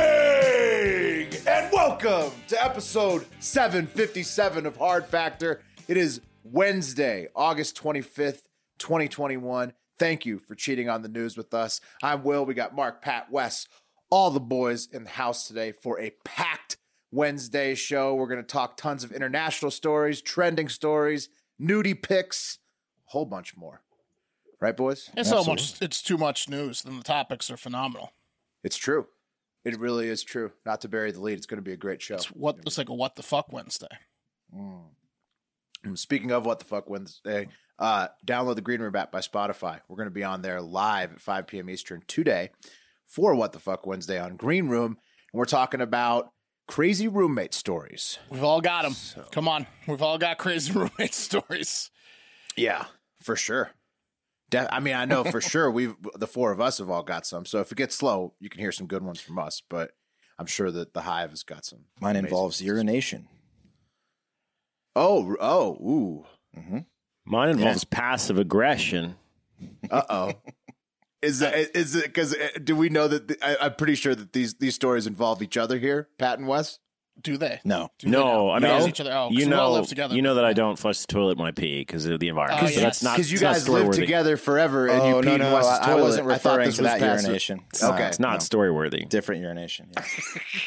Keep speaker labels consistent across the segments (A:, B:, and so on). A: morning and welcome to episode 757 of Hard Factor. It is Wednesday, August 25th, 2021. Thank you for cheating on the news with us. I'm Will. We got Mark, Pat, Wes, all the boys in the house today for a packed Wednesday show. We're going to talk tons of international stories, trending stories, nudie pics, a whole bunch more. Right, boys?
B: It's so much. It's too much news. Then the topics are phenomenal.
A: It's true. It really is true. Not to bury the lead, it's going to be a great show.
B: It's what it's like a what the fuck Wednesday.
A: And Speaking of what the fuck Wednesday, uh, download the Green Room app by Spotify. We're going to be on there live at 5 p.m. Eastern today for what the fuck Wednesday on Green Room, and we're talking about crazy roommate stories.
B: We've all got them. Come on, we've all got crazy roommate stories.
A: Yeah, for sure. De- I mean, I know for sure we've the four of us have all got some. So if it gets slow, you can hear some good ones from us. But I'm sure that the Hive has got some.
C: Mine
A: amazing-
C: involves urination.
A: Oh, oh, ooh.
D: Mine involves passive aggression.
A: Uh oh. Is that is it because do we know that the, I, I'm pretty sure that these these stories involve each other here, Pat and Wes?
B: Do they?
C: No.
B: Do
D: No, I
B: they?
D: mean,
B: Guys each other. Oh, 'cause
D: you
B: we all
D: know,
B: live together.
D: you know that I don't flush the toilet when I pee because of the environment.
B: Oh,
D: so
B: yes.
D: that's not
A: Because you
D: that's not
A: guys lived
D: story-worthy.
A: together forever and you peed in Wes's
C: Oh, I, I
A: toilet.
C: wasn't
A: I thought
C: referring
A: this
C: to
A: was
C: that
A: passive.
C: urination.
A: It's not- Okay.
D: It's not
C: no.
D: story worthy.
C: different urination. yeah.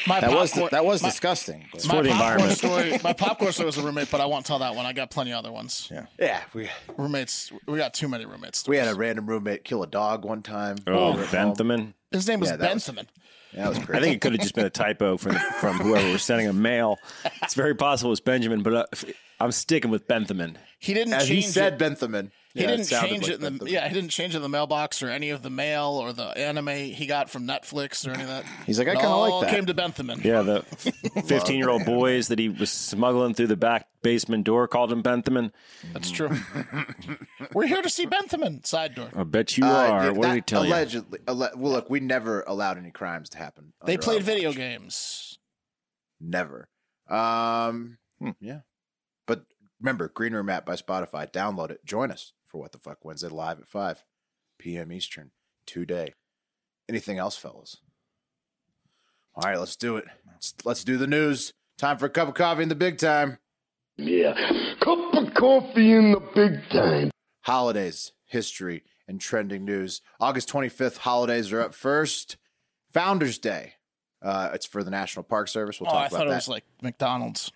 B: My
C: That was
B: popcorn-
C: that was
B: my-
C: disgusting. but-
B: my
D: for the
B: popcorn
D: environment.
B: story. My popcorn story was a roommate, but I won't tell that one. I got plenty other ones.
C: Yeah.
A: Yeah, we
B: Roommates. We got too many roommates.
A: we had a random roommate kill a dog one time.
D: Oh,
A: We were at home.
D: Benthamin.
B: His name was
A: Yeah, that was-
B: Bentham.
A: That was
D: I
A: crazy.
D: think it could have just been a typo from from whoever was sending a mail. It's very possible it's Benjamin, but uh, if- I'm sticking with Benthamin.
B: He didn't
A: As
B: change
A: he said,
B: it.
A: Benthamin.
B: He
A: Yeah, it
B: didn't
A: sounded
B: change
A: like
B: it in the
A: Benthamin.
B: yeah. He didn't change it in the mailbox or any of the mail or the anime he got from Netflix or any of that.
C: He's like, I
B: It
C: kinda like
B: all
C: that.
B: Came to Bentham.
D: Yeah, the 15 year old boys that he was smuggling through the back basement door called him Benthamin.
B: That's true. We're here to see Benthamin. Side door.
D: I bet you
A: Uh,
D: are.
A: yeah,
D: what did
A: that
D: he tell you?
A: allegedly, alle- well, look, we never allowed any crimes to happen.
B: They
A: under
B: played
A: our
B: video
A: watch.
B: games.
A: Never. Um,
C: Hmm.
A: Yeah. But remember, Green Room app by Spotify. Download it. Join us for What the Fuck Wednesday live at 5 p.m. Eastern today. Anything else, fellas? All right, let's do it. Let's, let's do the news. Time for a cup of coffee in the big time.
E: Yeah. Cup of coffee in the big time.
A: Holidays, history, and trending news. August 25th, holidays are up first. Founders Day. Uh, it's for the National Park Service. We'll
B: oh,
A: talk
B: I
A: about
B: thought
A: that.
B: it was like McDonald's.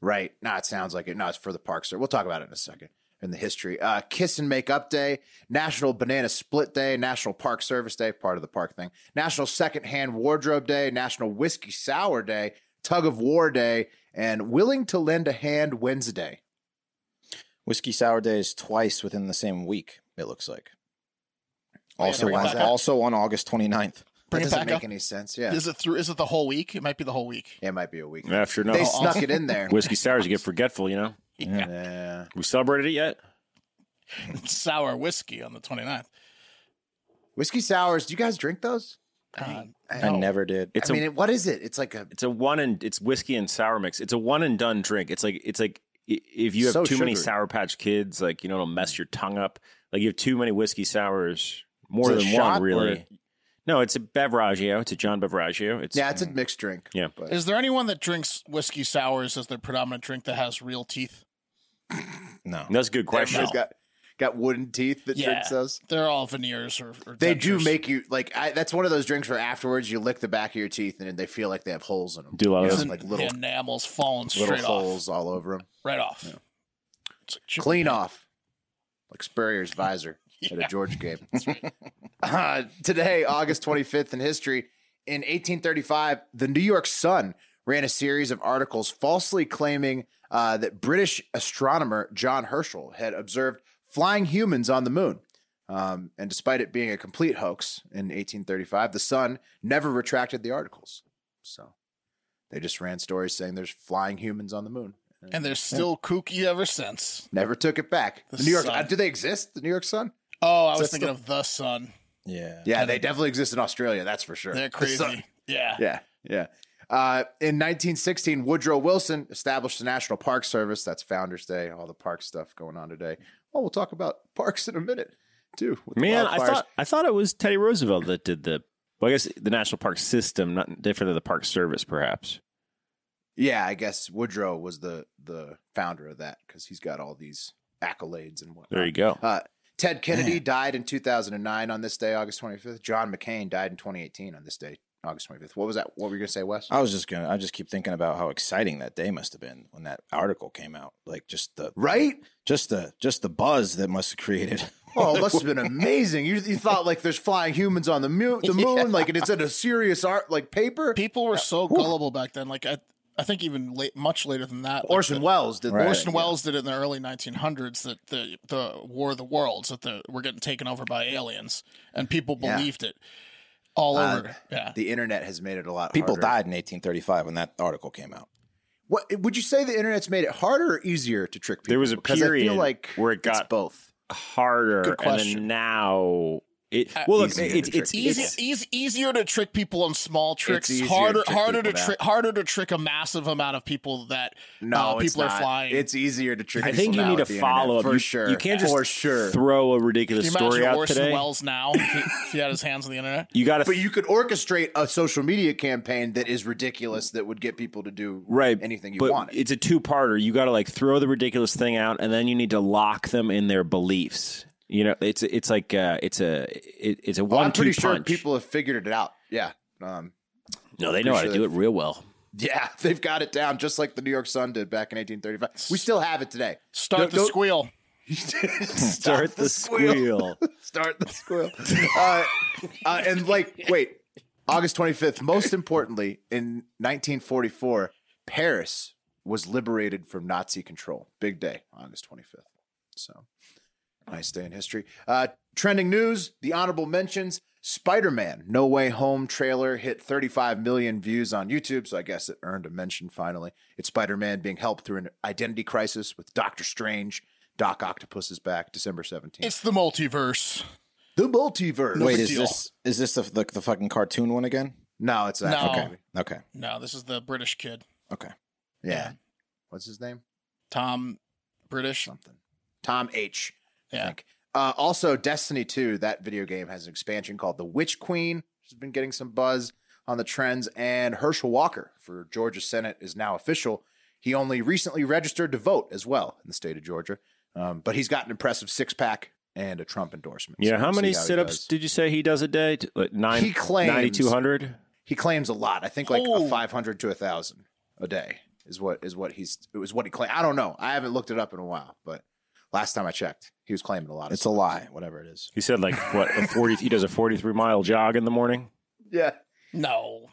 A: Right. No, it sounds like it. No, it's for the park, sir. We'll talk about it in a second in the history. Uh, Kiss and Make Up Day, National Banana Split Day, National Park Service Day, part of the park thing, National Secondhand Wardrobe Day, National Whiskey Sour Day, Tug of War Day, and Willing to Lend a Hand Wednesday.
C: Whiskey sour days twice within the same week. It looks like.
B: yeah,
C: Also,
B: bring it
C: on,
B: back up.
C: also on August
B: Bring
C: 29th.
A: that
B: it
A: doesn't
B: back
A: make
B: up.
A: any sense. Yeah.
B: Is it through? Is it the whole week? It might be the whole week.
A: it might be a week.
D: After no
A: they
B: Oh,
A: snuck it in there.
D: whiskey sours, you get forgetful. You know,
B: Yeah.
A: Yeah.
D: we celebrated it yet?
B: Sour whiskey on the 29th.
A: Whiskey sours. Do you guys drink those?
B: Uh,
C: I never did.
D: It's
A: I
D: a
A: mean, what is it? It's like a.
D: it's a one and it's whiskey and sour mix. It's a one and done drink. It's like it's like i- if you have
A: So
D: too many
A: sugary.
D: sour patch kids, like you know, it'll mess your tongue up. Like you have too many whiskey sours, more
C: Is it
D: than
C: a
D: one
C: shot or-
D: really. No, it's a Beveraggio. It's a John Beveraggio. It's
A: Yeah, it's a mixed drink.
D: Mm. Yeah.
A: But
B: Is there anyone that drinks whiskey sours as their predominant drink that has real teeth?
C: No.
D: that's a good question.
A: everybody's got, got wooden teeth that
B: Yeah.
A: drinks those.
B: They're all veneers or, or
A: They do
B: dentures.
A: make you like I, that's one of those drinks where afterwards you lick the back of your teeth and they feel like they have holes in them.
D: Do a lot of
A: Yeah.
D: those.
B: Isn't
A: like little-
B: the enamels falling
A: little
B: straight off,
A: holes all over them.
B: right off. It's like,
A: Clean off, like Spurrier's visor at a George game. uh, today, August 25th in history, in 1835, the New York Sun ran a series of articles falsely claiming uh, that British astronomer John Herschel had observed flying humans on the moon. Um, and despite it being a complete hoax in 1835, the Sun never retracted the articles. So they just ran stories saying there's flying humans on the moon.
B: and they're still kooky ever since.
A: Never took it back. The
B: The
A: New York,
B: Sun.
A: uh, do they exist? The New York Sun?
B: Oh, I was
A: that's
B: thinking
A: the-
B: of the sun.
C: Yeah.
A: Yeah, they definitely exist in Australia. That's for sure.
B: They're
A: The Sun-
B: crazy. Yeah.
A: Yeah, yeah. Uh, in 1916, Woodrow Wilson established the National Park Service. That's Founders Day. All the park stuff going on today. Well, we'll talk about parks in a minute too. with the
D: Man, I
A: wildfires.
D: thought I thought it was Teddy Roosevelt that did the. Well, I guess the national park system, not different than the park service, perhaps.
A: Yeah, I guess Woodrow was the the founder of that because he's got all these accolades and whatnot.
D: There you go.
A: Uh, Ted Kennedy died in 2009 on this day, August 25th. John McCain died in 2018 on this day, August 25th. What was that? What were you gonna say, Wes?
C: I was just gonna. I just keep thinking about how exciting that day must have been when that article came out. Like just the
A: right?
C: just the just the buzz that must have created.
A: Oh, it must have been amazing. You, you thought like there's flying humans on the moon, the moon, like and it's in a serious art like paper.
B: People were so gullible back then. Like I, I think even late, much later than that. like
A: Orson
B: the-
A: Welles did
C: Right.
A: that.
B: Orson Welles did it in the early 1900s that the the War of the Worlds that the we're getting taken over by aliens and people
A: Yeah.
B: believed it all
A: Uh,
B: over. Yeah,
A: The internet has made it a lot.
C: People
A: harder.
C: died in 1835 when that article came out.
A: What would you say the internet's made it harder or easier to trick people?
D: There was a
A: Because I
D: period
A: feel like
D: where it
A: it's
D: got
A: both.
D: Harder,
B: Good
D: and
B: question.
D: then now it. Well, look,
A: easier to
D: it's
A: trick
D: it's,
B: easy,
D: it's
B: easy, easier to trick people on small tricks.
A: easier to
B: harder,
A: trick
B: harder to
A: people now.
B: trick, harder to trick a massive amount of people that
A: No,
B: uh, people
A: it's
B: are
A: not.
B: flying.
A: It's easier to trick.
D: I
A: people
D: think you
A: now
D: need a
A: with the internet,
D: follow up
A: for
D: you,
A: sure.
D: You can't just
A: for sure.
D: throw a
B: Can
D: ridiculous
B: you imagine
D: story out
B: Orson
D: today.
B: Welles now if he, if he had his hands on the internet?
D: You got to
A: but you could orchestrate a social media campaign that is ridiculous that would get people to do
D: right
A: anything you
D: but
A: want.
D: It's a two parter. You got to like throw the ridiculous thing out, and then you need to lock them in their beliefs. You know, it's it's like uh, it's a it, it's a
A: Well,
D: one
A: I'm pretty
D: two
A: sure
D: punch.
A: people have figured it out. Yeah. Um,
D: no, they know how to
A: sure
D: do it real well.
A: yeah, they've got it down just like the New York Sun did back in 1835. We still have it today.
B: Start
A: Don't-
B: the
A: don't-
B: squeal.
D: Start the squeal.
A: Start the squeal. uh, uh, and like, wait, August 25th, most importantly, in 1944, Paris was liberated from Nazi control. Big day, August 25th. So nice day in history. Uh, trending news, the honorable mentions. Spider Man No Way Home trailer hit 35 million views on YouTube, so I guess it earned a mention finally. It's Spider Man being helped through an identity crisis with Doctor Strange. Doc Octopus is back December 17th.
B: It's the multiverse.
A: The multiverse.
C: Wait,
B: big
C: is
B: deal.
C: this is this the, the the fucking cartoon one again?
A: no, it's
B: No.
A: not.
B: Okay.
C: Okay,
B: No, this is the British kid,
C: okay.
A: Yeah. What's his name?
B: Tom British.
A: Something. Tom H. I
B: Yeah.
A: think. Uh, also, Destiny 2, that video game has an expansion called The Witch Queen, which has been getting some buzz on the trends. And Herschel Walker for Georgia Senate is now official. He only recently registered to vote as well in the state of Georgia, um, but he's got an impressive six pack and a Trump endorsement. So
D: Yeah, how
A: we'll see
D: many
A: he
D: sit ups
A: does.
D: did you say he does a day? T- Like nine,
A: He claims-
D: 9,200?
A: He claims a lot. I think like a
B: Oh.
A: 500 to a 1000 a day is what is what he's it was what he claimed. I don't know. I haven't looked it up in a while, but last time I checked, he was claiming a lot. Of
C: It's a lie, whatever it is.
D: He said like what a forty. He does a forty-three mile jog in the morning.
A: yeah.
B: No,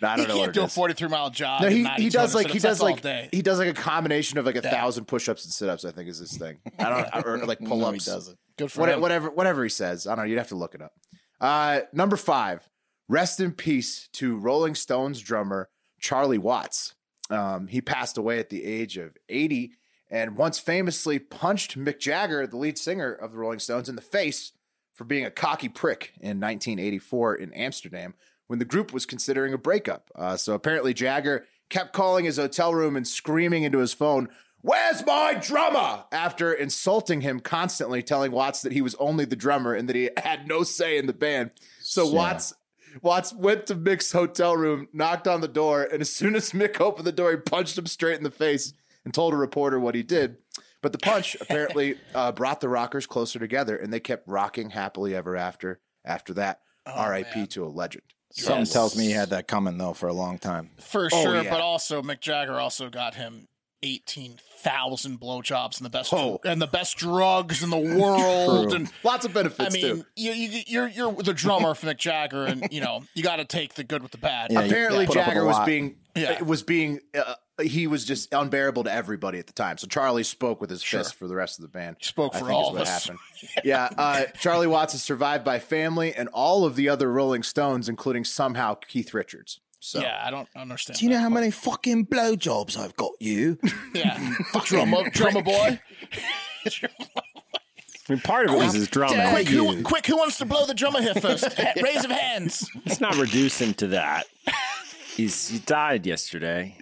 A: No, I
B: he
A: don't know
B: can't
A: what it
B: do a
A: is.
B: forty-three mile jog.
A: No,
B: and
A: he,
B: not
A: he
B: eat
A: does
B: 200
A: like he does
B: sit-ups. That's all
A: like
B: day.
A: he does like a combination of like a
B: Yeah.
A: thousand push-ups and sit-ups. I think is his thing. I don't or like
C: No, he
A: pull-ups.
C: doesn't.
B: Good for
A: What,
B: him.
A: whatever, whatever he says. I don't know. You'd have to look it up. Uh, number five, rest in peace to Rolling Stones drummer Charlie Watts. Um, he passed away at the age of 80 and once famously punched Mick Jagger, the lead singer of the Rolling Stones, in the face for being a cocky prick in 1984 in Amsterdam when the group was considering a breakup. Uh, so apparently, Jagger kept calling his hotel room and screaming into his phone, Where's my drummer? After insulting him constantly, telling Watts that he was only the drummer and that he had no say in the band. So Watts. Watts went to Mick's hotel room, knocked on the door, and as soon as Mick opened the door, he punched him straight in the face and told a reporter what he did. But the punch apparently uh, brought the rockers closer together, and they kept rocking happily ever after. After that,
B: Oh,
A: R.I.P. to a legend.
C: Something tells me he had that coming though for a long time.
B: for
A: Oh,
B: sure.
A: yeah.
B: But also, Mick Jagger also got him eighteen thousand blowjobs and the best
A: Oh.
B: and the best drugs in the world and.
A: Lots of
B: I
A: benefits
B: mean,
A: too.
B: you, you, you're you're the drummer for Mick Jagger, and you know you got to take the good with the bad.
C: Yeah, you-
A: Apparently,
C: yeah, put up with
A: Jagger
C: a
A: was
C: lot.
A: being
B: Yeah.
A: was being uh, he was just unbearable to everybody at the time. So Charlie spoke with his fist for the rest of the band.
B: spoke
A: I
B: for
A: think is
B: all of
A: what
B: us.
A: happened. yeah, uh, Charlie Watts is survived by family and all of the other Rolling Stones, including somehow Keith Richards. So
B: Yeah, I don't understand.
C: Do you know how many fucking blowjobs I've got you?
B: that. yeah, drummer, drummer boy.
D: I mean, part of it was his drumming.
B: Quick, who, quick, who wants to blow the drummer here first? Ha- Raise of hands.
D: Let's not reduce him to that. He's he died yesterday.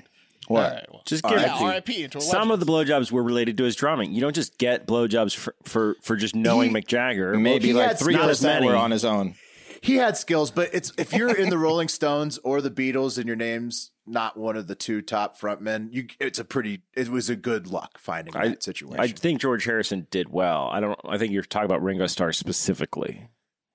B: What? All right, well,
D: Just give
B: yeah,
D: him.
B: R.I.P. to a
D: Some
B: legend.
D: of the blowjobs were related to his drumming. You don't just get blowjobs for for, for just knowing
A: He-
D: Mick Jagger.
C: Maybe
A: he
C: like
A: had
C: three
D: not as
C: percent
D: many.
C: were on his own.
A: he had skills, but it's if you're in the Rolling Stones or the Beatles and your name's not one of the two top frontmen, you it's a pretty it was a good luck finding
D: I-
A: that situation.
D: I think George Harrison did well. I don't. I think you're talking about Ringo Starr specifically.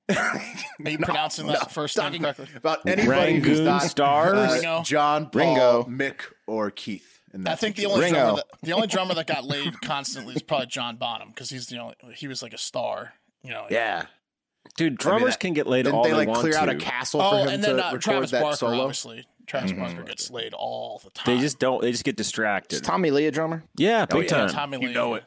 B: Are you pronouncing that first
A: talking
B: name correctly?
A: about anybody who's
D: Rangoon
A: not
D: Star?
A: uh,
B: Ringo.
A: John, Paul,
C: Ringo.
A: Mick, or Keith. In that
B: I think the
A: situation.
B: only
C: Ringo.
B: drummer that, the only drummer that got laid constantly is probably John Bonham because he's the only he was like a star. You know.
A: yeah.
D: Dude, drummers
A: that-
D: can get laid
A: Didn't
D: all
A: they
D: they,
A: like
D: want
A: clear
D: to.
A: out a castle for
B: Oh,
A: him
B: and
A: to
B: then uh,
A: record
B: Travis
A: that
B: Barker,
A: solo?
B: obviously. Travis Barker gets laid all the time.
D: They just don't. They just get
C: Is
D: distracted.
C: Tommy Lee a drummer?
D: yeah, big
A: yeah,
D: time.
B: Tommy Lee.
A: You know it.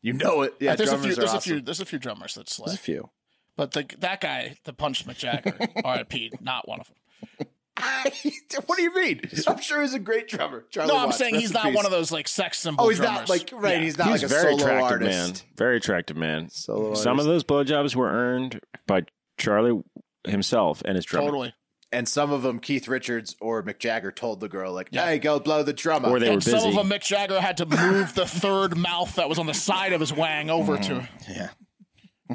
A: You know it. Yeah,
B: there's a
A: drummers
B: few.
A: are
B: There's a
A: awesome.
B: few. There's a few drummers that slay.
C: There's a few.
B: But the, that guy that punched McJagger, R.I.P. Not one of them.
A: what do you mean? I'm sure he's a great drummer. Charlie
B: No, I'm
A: Watts,
B: saying
A: rest
B: he's
A: in
B: not
A: peace.
B: one of those like sex symbol.
A: Oh, he's not
B: drummers.
A: like right.
B: Yeah.
A: He's not
D: He's
A: like a
D: very
A: solo
D: attractive
A: artist.
D: man. Very attractive man.
A: Solo
D: Some of
A: artist.
D: those blowjobs were earned by Charlie himself and his drummer,
B: totally.
A: and some of them, Keith Richards or Mick Jagger told the girl like,
B: Yeah.
A: "Hey, go blow the drum up."
D: or they were
B: and
D: busy.
B: some of them, Mick Jagger had to move the third mouth that was on the side of his wang over to.
C: Yeah.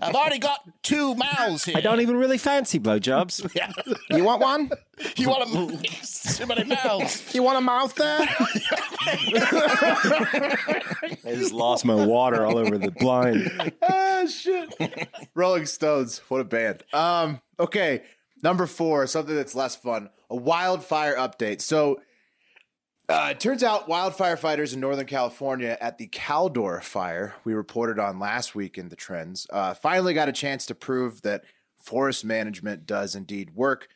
B: I've already got two mouths here.
D: I don't even really fancy blowjobs.
B: Yeah.
C: You want one?
B: You want to too many mouths?
C: You want a mouth there?
D: I just lost my water all over the blind.
A: ah, shit. Rolling Stones, what a band. Um, okay, number four, something that's less fun: a wildfire update. So, uh, it turns out wildfire fighters in Northern California at the Caldor fire we reported on last week in the trends uh, finally got a chance to prove that forest management does indeed work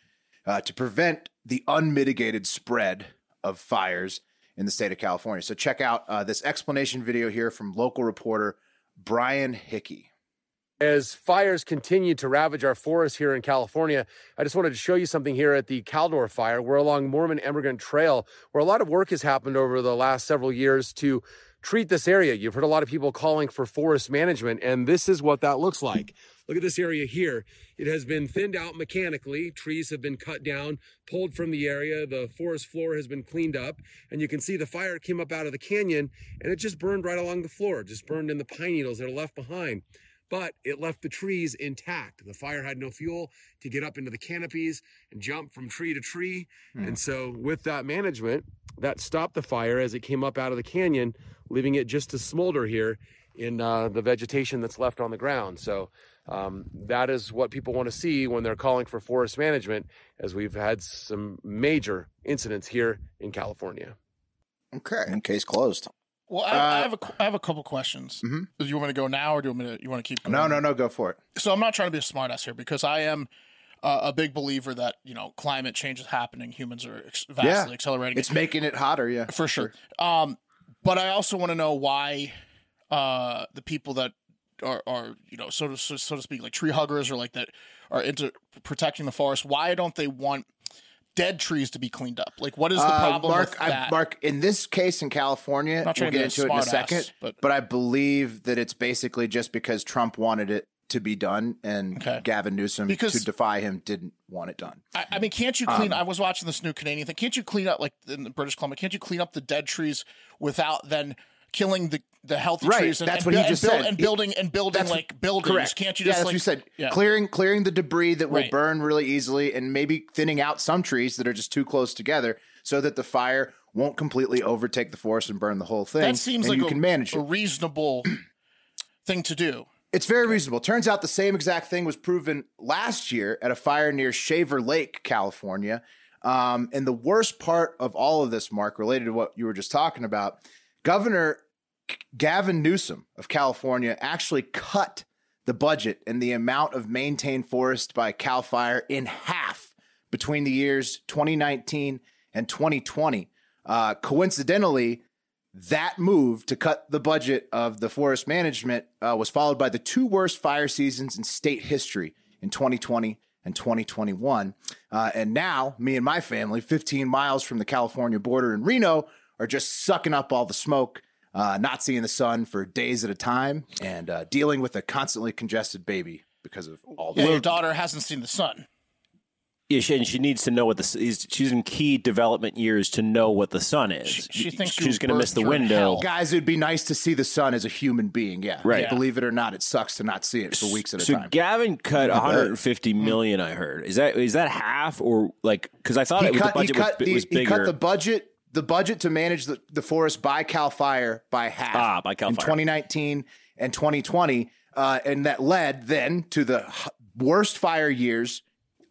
A: uh, to prevent the unmitigated spread of fires in the state of California. So check out uh, this explanation video here from local reporter Brian Hickey.
F: As fires continue to ravage our forests here in California, I just wanted to show you something here at the Caldor Fire. We're along Mormon Emigrant Trail, where a lot of work has happened over the last several years to treat this area. You've heard a lot of people calling for forest management, and this is what that looks like. Look at this area here. It has been thinned out mechanically. Trees have been cut down, pulled from the area. The forest floor has been cleaned up, and you can see the fire came up out of the canyon and it just burned right along the floor, just burned in the pine needles that are left behind but it left the trees intact. The fire had no fuel to get up into the canopies and jump from tree to tree. And so, with that management, that stopped the fire as it came up out of the canyon, leaving it just to smolder here in uh, the vegetation that's left on the ground. So, um, that is what people want to see when they're calling for forest management, as we've had some major incidents here in California.
A: Okay.
C: And case closed.
B: Well, I, I have a, qu- I have a couple questions.
A: Mhm.
B: Do you want me to go now, or do you want me to, you want to keep? Going?
A: No, no, no, go for it.
B: so I'm not trying to be a smartass here because I am uh, a big believer that you know climate change is happening. Humans are ex- vastly
A: Yeah.
B: accelerating
A: It's making it hotter, yeah.
B: it for sure. Um, but I also want to know why uh, the people that are, are you know so to so, so to speak like tree huggers or like that are into protecting the forest. Why don't they want dead trees to be cleaned up? Like, what is the
A: Uh,
B: problem
A: Mark,
B: with
A: I-
B: that?
A: Mark, in this case in California,
B: Not
A: we'll
B: trying to
A: get
B: be a
A: into it in a
B: smartass,
A: second, but,
B: but-
A: I believe that it's basically just because Trump wanted it to be done and
B: Okay.
A: Gavin Newsom,
B: Because-
A: to defy him, didn't want it done.
B: I, I mean, can't you
A: um,
B: clean? I was watching this new Canadian thing. Can't you clean up like in the British Columbia? Can't you clean up the dead trees without then killing the the healthy
A: Right,
B: trees? And,
A: that's what
B: and,
A: he
B: bu-
A: just
B: and
A: said.
B: And
A: He-
B: building and building
A: that's what-
B: like buildings. Can't you just
A: yeah, that's
B: like
A: what you said.
B: Yeah.
A: Clearing clearing the debris that will
B: Right.
A: burn really easily and maybe thinning out some trees that are just too close together so that the fire won't completely overtake the forest and burn the whole thing.
B: that seems
A: and
B: like
A: you
B: a,
A: can manage
B: a
A: it.
B: reasonable thing to do.
A: It's very reasonable. Turns out the same exact thing was proven last year at a fire near Shaver Lake, California. Um, and the worst part of all of this, Mark, related to what you were just talking about, Governor Gavin Newsom of California actually cut the budget and the amount of maintained forest by Cal Fire in half between the years 2019 and 2020. Uh, coincidentally, that move to cut the budget of the forest management uh, was followed by the two worst fire seasons in state history in 2020 and 2021. Uh, and now, me and my family, 15 miles from the California border in Reno, are just sucking up all the smoke, uh, not seeing the sun for days at a time, and uh, dealing with a constantly congested baby because of all
B: Yeah,
A: the
B: your daughter hasn't seen the sun.
D: Yeah, she, and she needs to know what the s- is. She's in key development years to know what the sun is.
B: she thinks she was
D: she's going to miss
B: birthed
D: the
B: through
D: window.
B: hell.
A: Guys, it'd be nice to see the sun as a human being. Yeah.
D: Right.
A: Like, Believe it or not, it sucks to not see it for weeks at a
D: So
A: time.
D: Gavin cut 150 million. I heard. Is that is that half or like? Because I thought
A: he
D: it was,
A: cut,
D: the budget
A: he cut
D: was,
A: the,
D: was
A: he
D: bigger.
A: cut the budget the budget to manage the, the forest by Cal Fire by half
D: Ah, by Cal
A: in
D: Fire.
A: 2019 and 2020, uh, and that led then to the h- worst fire years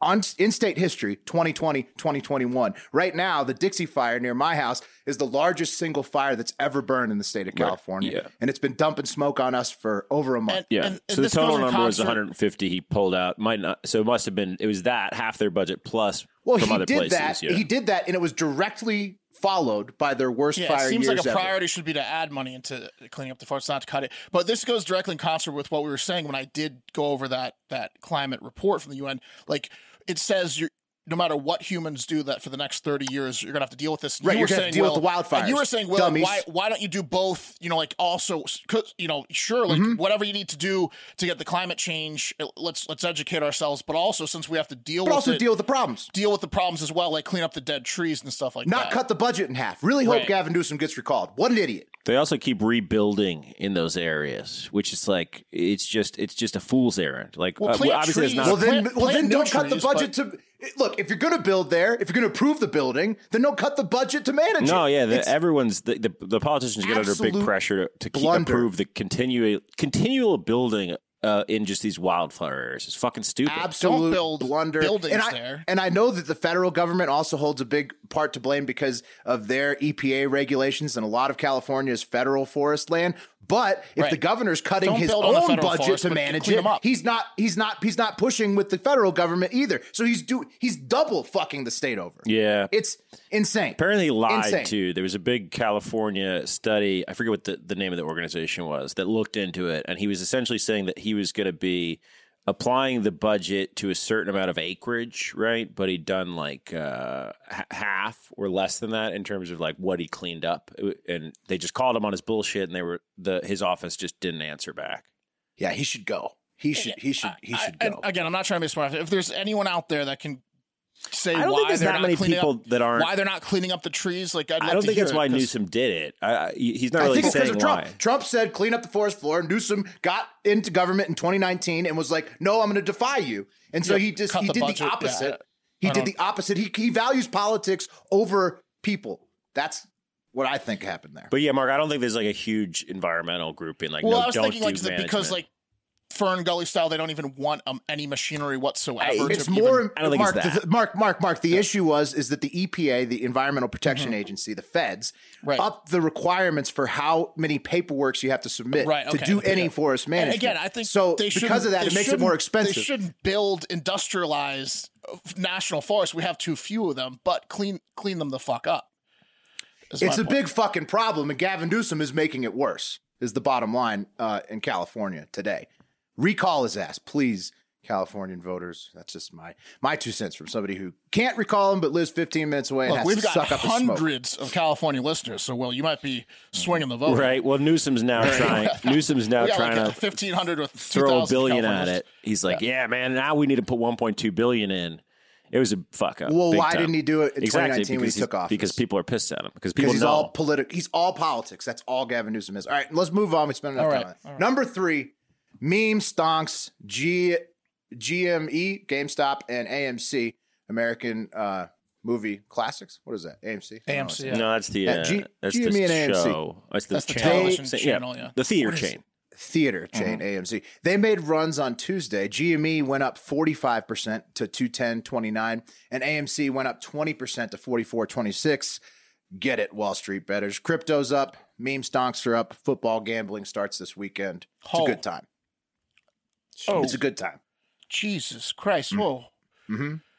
A: on in state history 2020 2021 right now the dixie fire near my house is the largest single fire that's ever burned in the state of california
D: yeah.
A: and it's been dumping smoke on us for over a month
B: And,
D: yeah.
B: and, and
D: so the
B: this goes
D: total
B: in
D: number was
B: concert-
D: 150. He pulled out. Might not. So it must have been. It was that half their budget plus
A: well
D: from
A: he
D: other
A: did
D: places.
A: that
D: yeah.
A: he did that and it was directly followed by their worst
B: Yeah,
A: fire
B: it seems
A: years
B: like a
A: ever.
B: priority should be to add money into cleaning up the forest, not to cut it. But this goes directly in concert with what we were saying when I did go over that that climate report from the UN. Like it says, you no matter what humans do, that for the next thirty years you're gonna have to deal with this.
A: Right,
B: you
A: you're
B: were
A: gonna
B: saying
A: have to deal
B: well,
A: with the
B: and you
A: wildfires,
B: were saying, well,
A: dummies.
B: why why don't you do both? You know, like also, 'cause, you know, sure, like
A: Mm-hmm.
B: whatever you need to do to get the climate change, uh, let's let's educate ourselves. But also, since we have to deal
A: but
B: with
A: also
B: it,
A: deal with the problems
B: deal with the problems as well, like clean up the dead trees and stuff like
A: Not
B: that.
A: cut the budget in half. Really hope
B: Right.
A: Gavin Newsom gets recalled. What an idiot.
D: They also keep rebuilding in those areas, which is like it's just it's just a fool's errand. Like
B: Well,
D: uh,
B: plant
D: obviously
B: trees.
D: it's not.
A: well then
B: plant-
A: well then
B: plant
A: don't
B: new
A: cut the
B: trees,
A: budget to look, if you're gonna build there, if you're gonna approve the building, then don't cut the budget to manage
D: no,
A: it.
D: yeah, the,
A: It's-
D: everyone's the, the the politicians get under big
A: Absolute
D: pressure to, to keep
A: blunder.
D: approve the continual continual building uh, in just these wildfire areas. It's fucking stupid.
A: absolute
B: Don't build
A: blunder.
B: buildings
A: and I,
B: there.
A: And I know that the federal government also holds a big part to blame because of their EPA regulations, and a lot of California's federal forest land. But if
B: Right.
A: the governor's cutting
B: Don't
A: his
B: build on the
A: own
B: federal
A: budget
B: forest,
A: to
B: but
A: manage
B: clean
A: it,
B: them up.
A: he's not he's not he's not pushing with the federal government either. So he's do he's double fucking the state over.
D: Yeah.
A: It's insane.
D: Apparently lied
A: Insane.
D: to. There was a big California study. I forget what the, the name of the organization was that looked into it, and he was essentially saying that he was going to be applying the budget to a certain amount of acreage, right? But he'd done like uh, h- half or less than that in terms of like what he cleaned up, and they just called him on his bullshit, and they were the his office just didn't answer back.
A: Yeah, he should go. He should. He should. He should
B: I-
A: go.
B: and again, I'm not trying to be smart. If there's anyone out there that can say
D: I don't
B: why
D: think there's
B: they're
D: that
B: not
D: many
B: cleaning
D: people
B: up,
D: that aren't-
B: why they're not cleaning up the trees, like I'd like
D: I don't
B: to
D: think
B: hear
D: that's
B: it,
D: why
B: 'cause
D: Newsom did it. I, I, he's not
A: I
D: really
A: think it's because
D: saying
A: of
D: why.
A: Trump. Trump said, "Clean up the forest floor." And Newsom got into government in 2019 and was like, "No, I'm going to defy you." And so
B: Yeah,
A: he just
B: cut
A: he
B: the
A: did
B: budget.
A: the
B: Yeah,
A: opposite.
B: I-
A: he
B: I
A: did
B: don't-
A: the opposite. He he values politics over people. That's what I think happened there.
D: But yeah, Mark, I don't think there's like a huge environmental grouping. Like,
B: Well,
D: no,
B: I was
D: don't
B: thinking like
D: do
B: is it because
D: management.
B: like Fern Gully style, they don't even want um, any machinery whatsoever.
D: I-
B: to
A: it's
B: even-
A: more.
D: I don't think
A: Mark,
D: it's that.
A: the- Mark, Mark, Mark. The issue was is that the EPA, the Environmental Protection Agency, the feds,
B: Mm-hmm. Right.
A: up the requirements for how many paperworks you have to submit
B: Right,
A: to
B: okay,
A: do
B: okay,
A: any
B: yeah.
A: forest
B: And
A: management.
B: again, I think
A: so.
B: they
A: because of that,
B: shouldn't-
A: it
B: they
A: makes it more
B: shouldn't-
A: expensive.
B: They shouldn't build industrialized uh, national forests. We have too few of them, but clean clean them the fuck up. is my
A: it's a
B: point.
A: big fucking problem, and Gavin Newsom is making it worse. Is the bottom line uh, in California today? Recall his ass, please, Californian voters. That's just my my two cents from somebody who can't recall him but lives 15 minutes away and
B: Look,
A: has
B: we've
A: to
B: got
A: suck up his smoke. Mm-hmm.
B: hundreds of California listeners, so well, you might be swinging the vote.
D: Right. Well, Newsom's now trying. Newsom's now
B: We got
D: trying
B: like
D: to
B: fifteen hundred or
D: throw a
B: 2,000
D: billion at
B: Californians.
D: it. He's like, yeah. man. Now we need to put 1.2 billion in. It was a fuck up.
A: Well,
D: big
A: why
D: time.
A: didn't he do it in 2019
D: exactly
A: when he
D: because he's-
A: took office?
D: Because people are pissed at him. Because
A: Because
D: people
A: he's
D: know.
A: all political. He's all politics. That's all Gavin Newsom is. All right, let's move on. We spent enough
B: All right,
A: time. on it.
B: all right.
A: Number three, meme stonks. G, GME, GameStop, and AMC, American uh, Movie Classics. What is that? AMC. I don't know.
B: AMC.
D: no, that's the
A: Yeah,
D: uh,
A: G-
D: that's
A: GME
D: the
A: and AMC.
D: show. That's the
B: That's the
D: channel.
B: television
D: Sa-
B: channel, yeah.
D: the theater
B: What is-
D: chain.
A: theater
B: Mm-hmm.
A: chain AMC. They made runs on Tuesday. GME went up 45% to 210.29 and AMC went up 20% to 44.26. Get it, Wall Street betters. Crypto's up, meme stonks are up, football gambling starts this weekend. It's
B: Oh.
A: a good time.
B: Oh,
A: It's a good time.
B: Jesus
D: Hmm.
B: Christ! Whoa,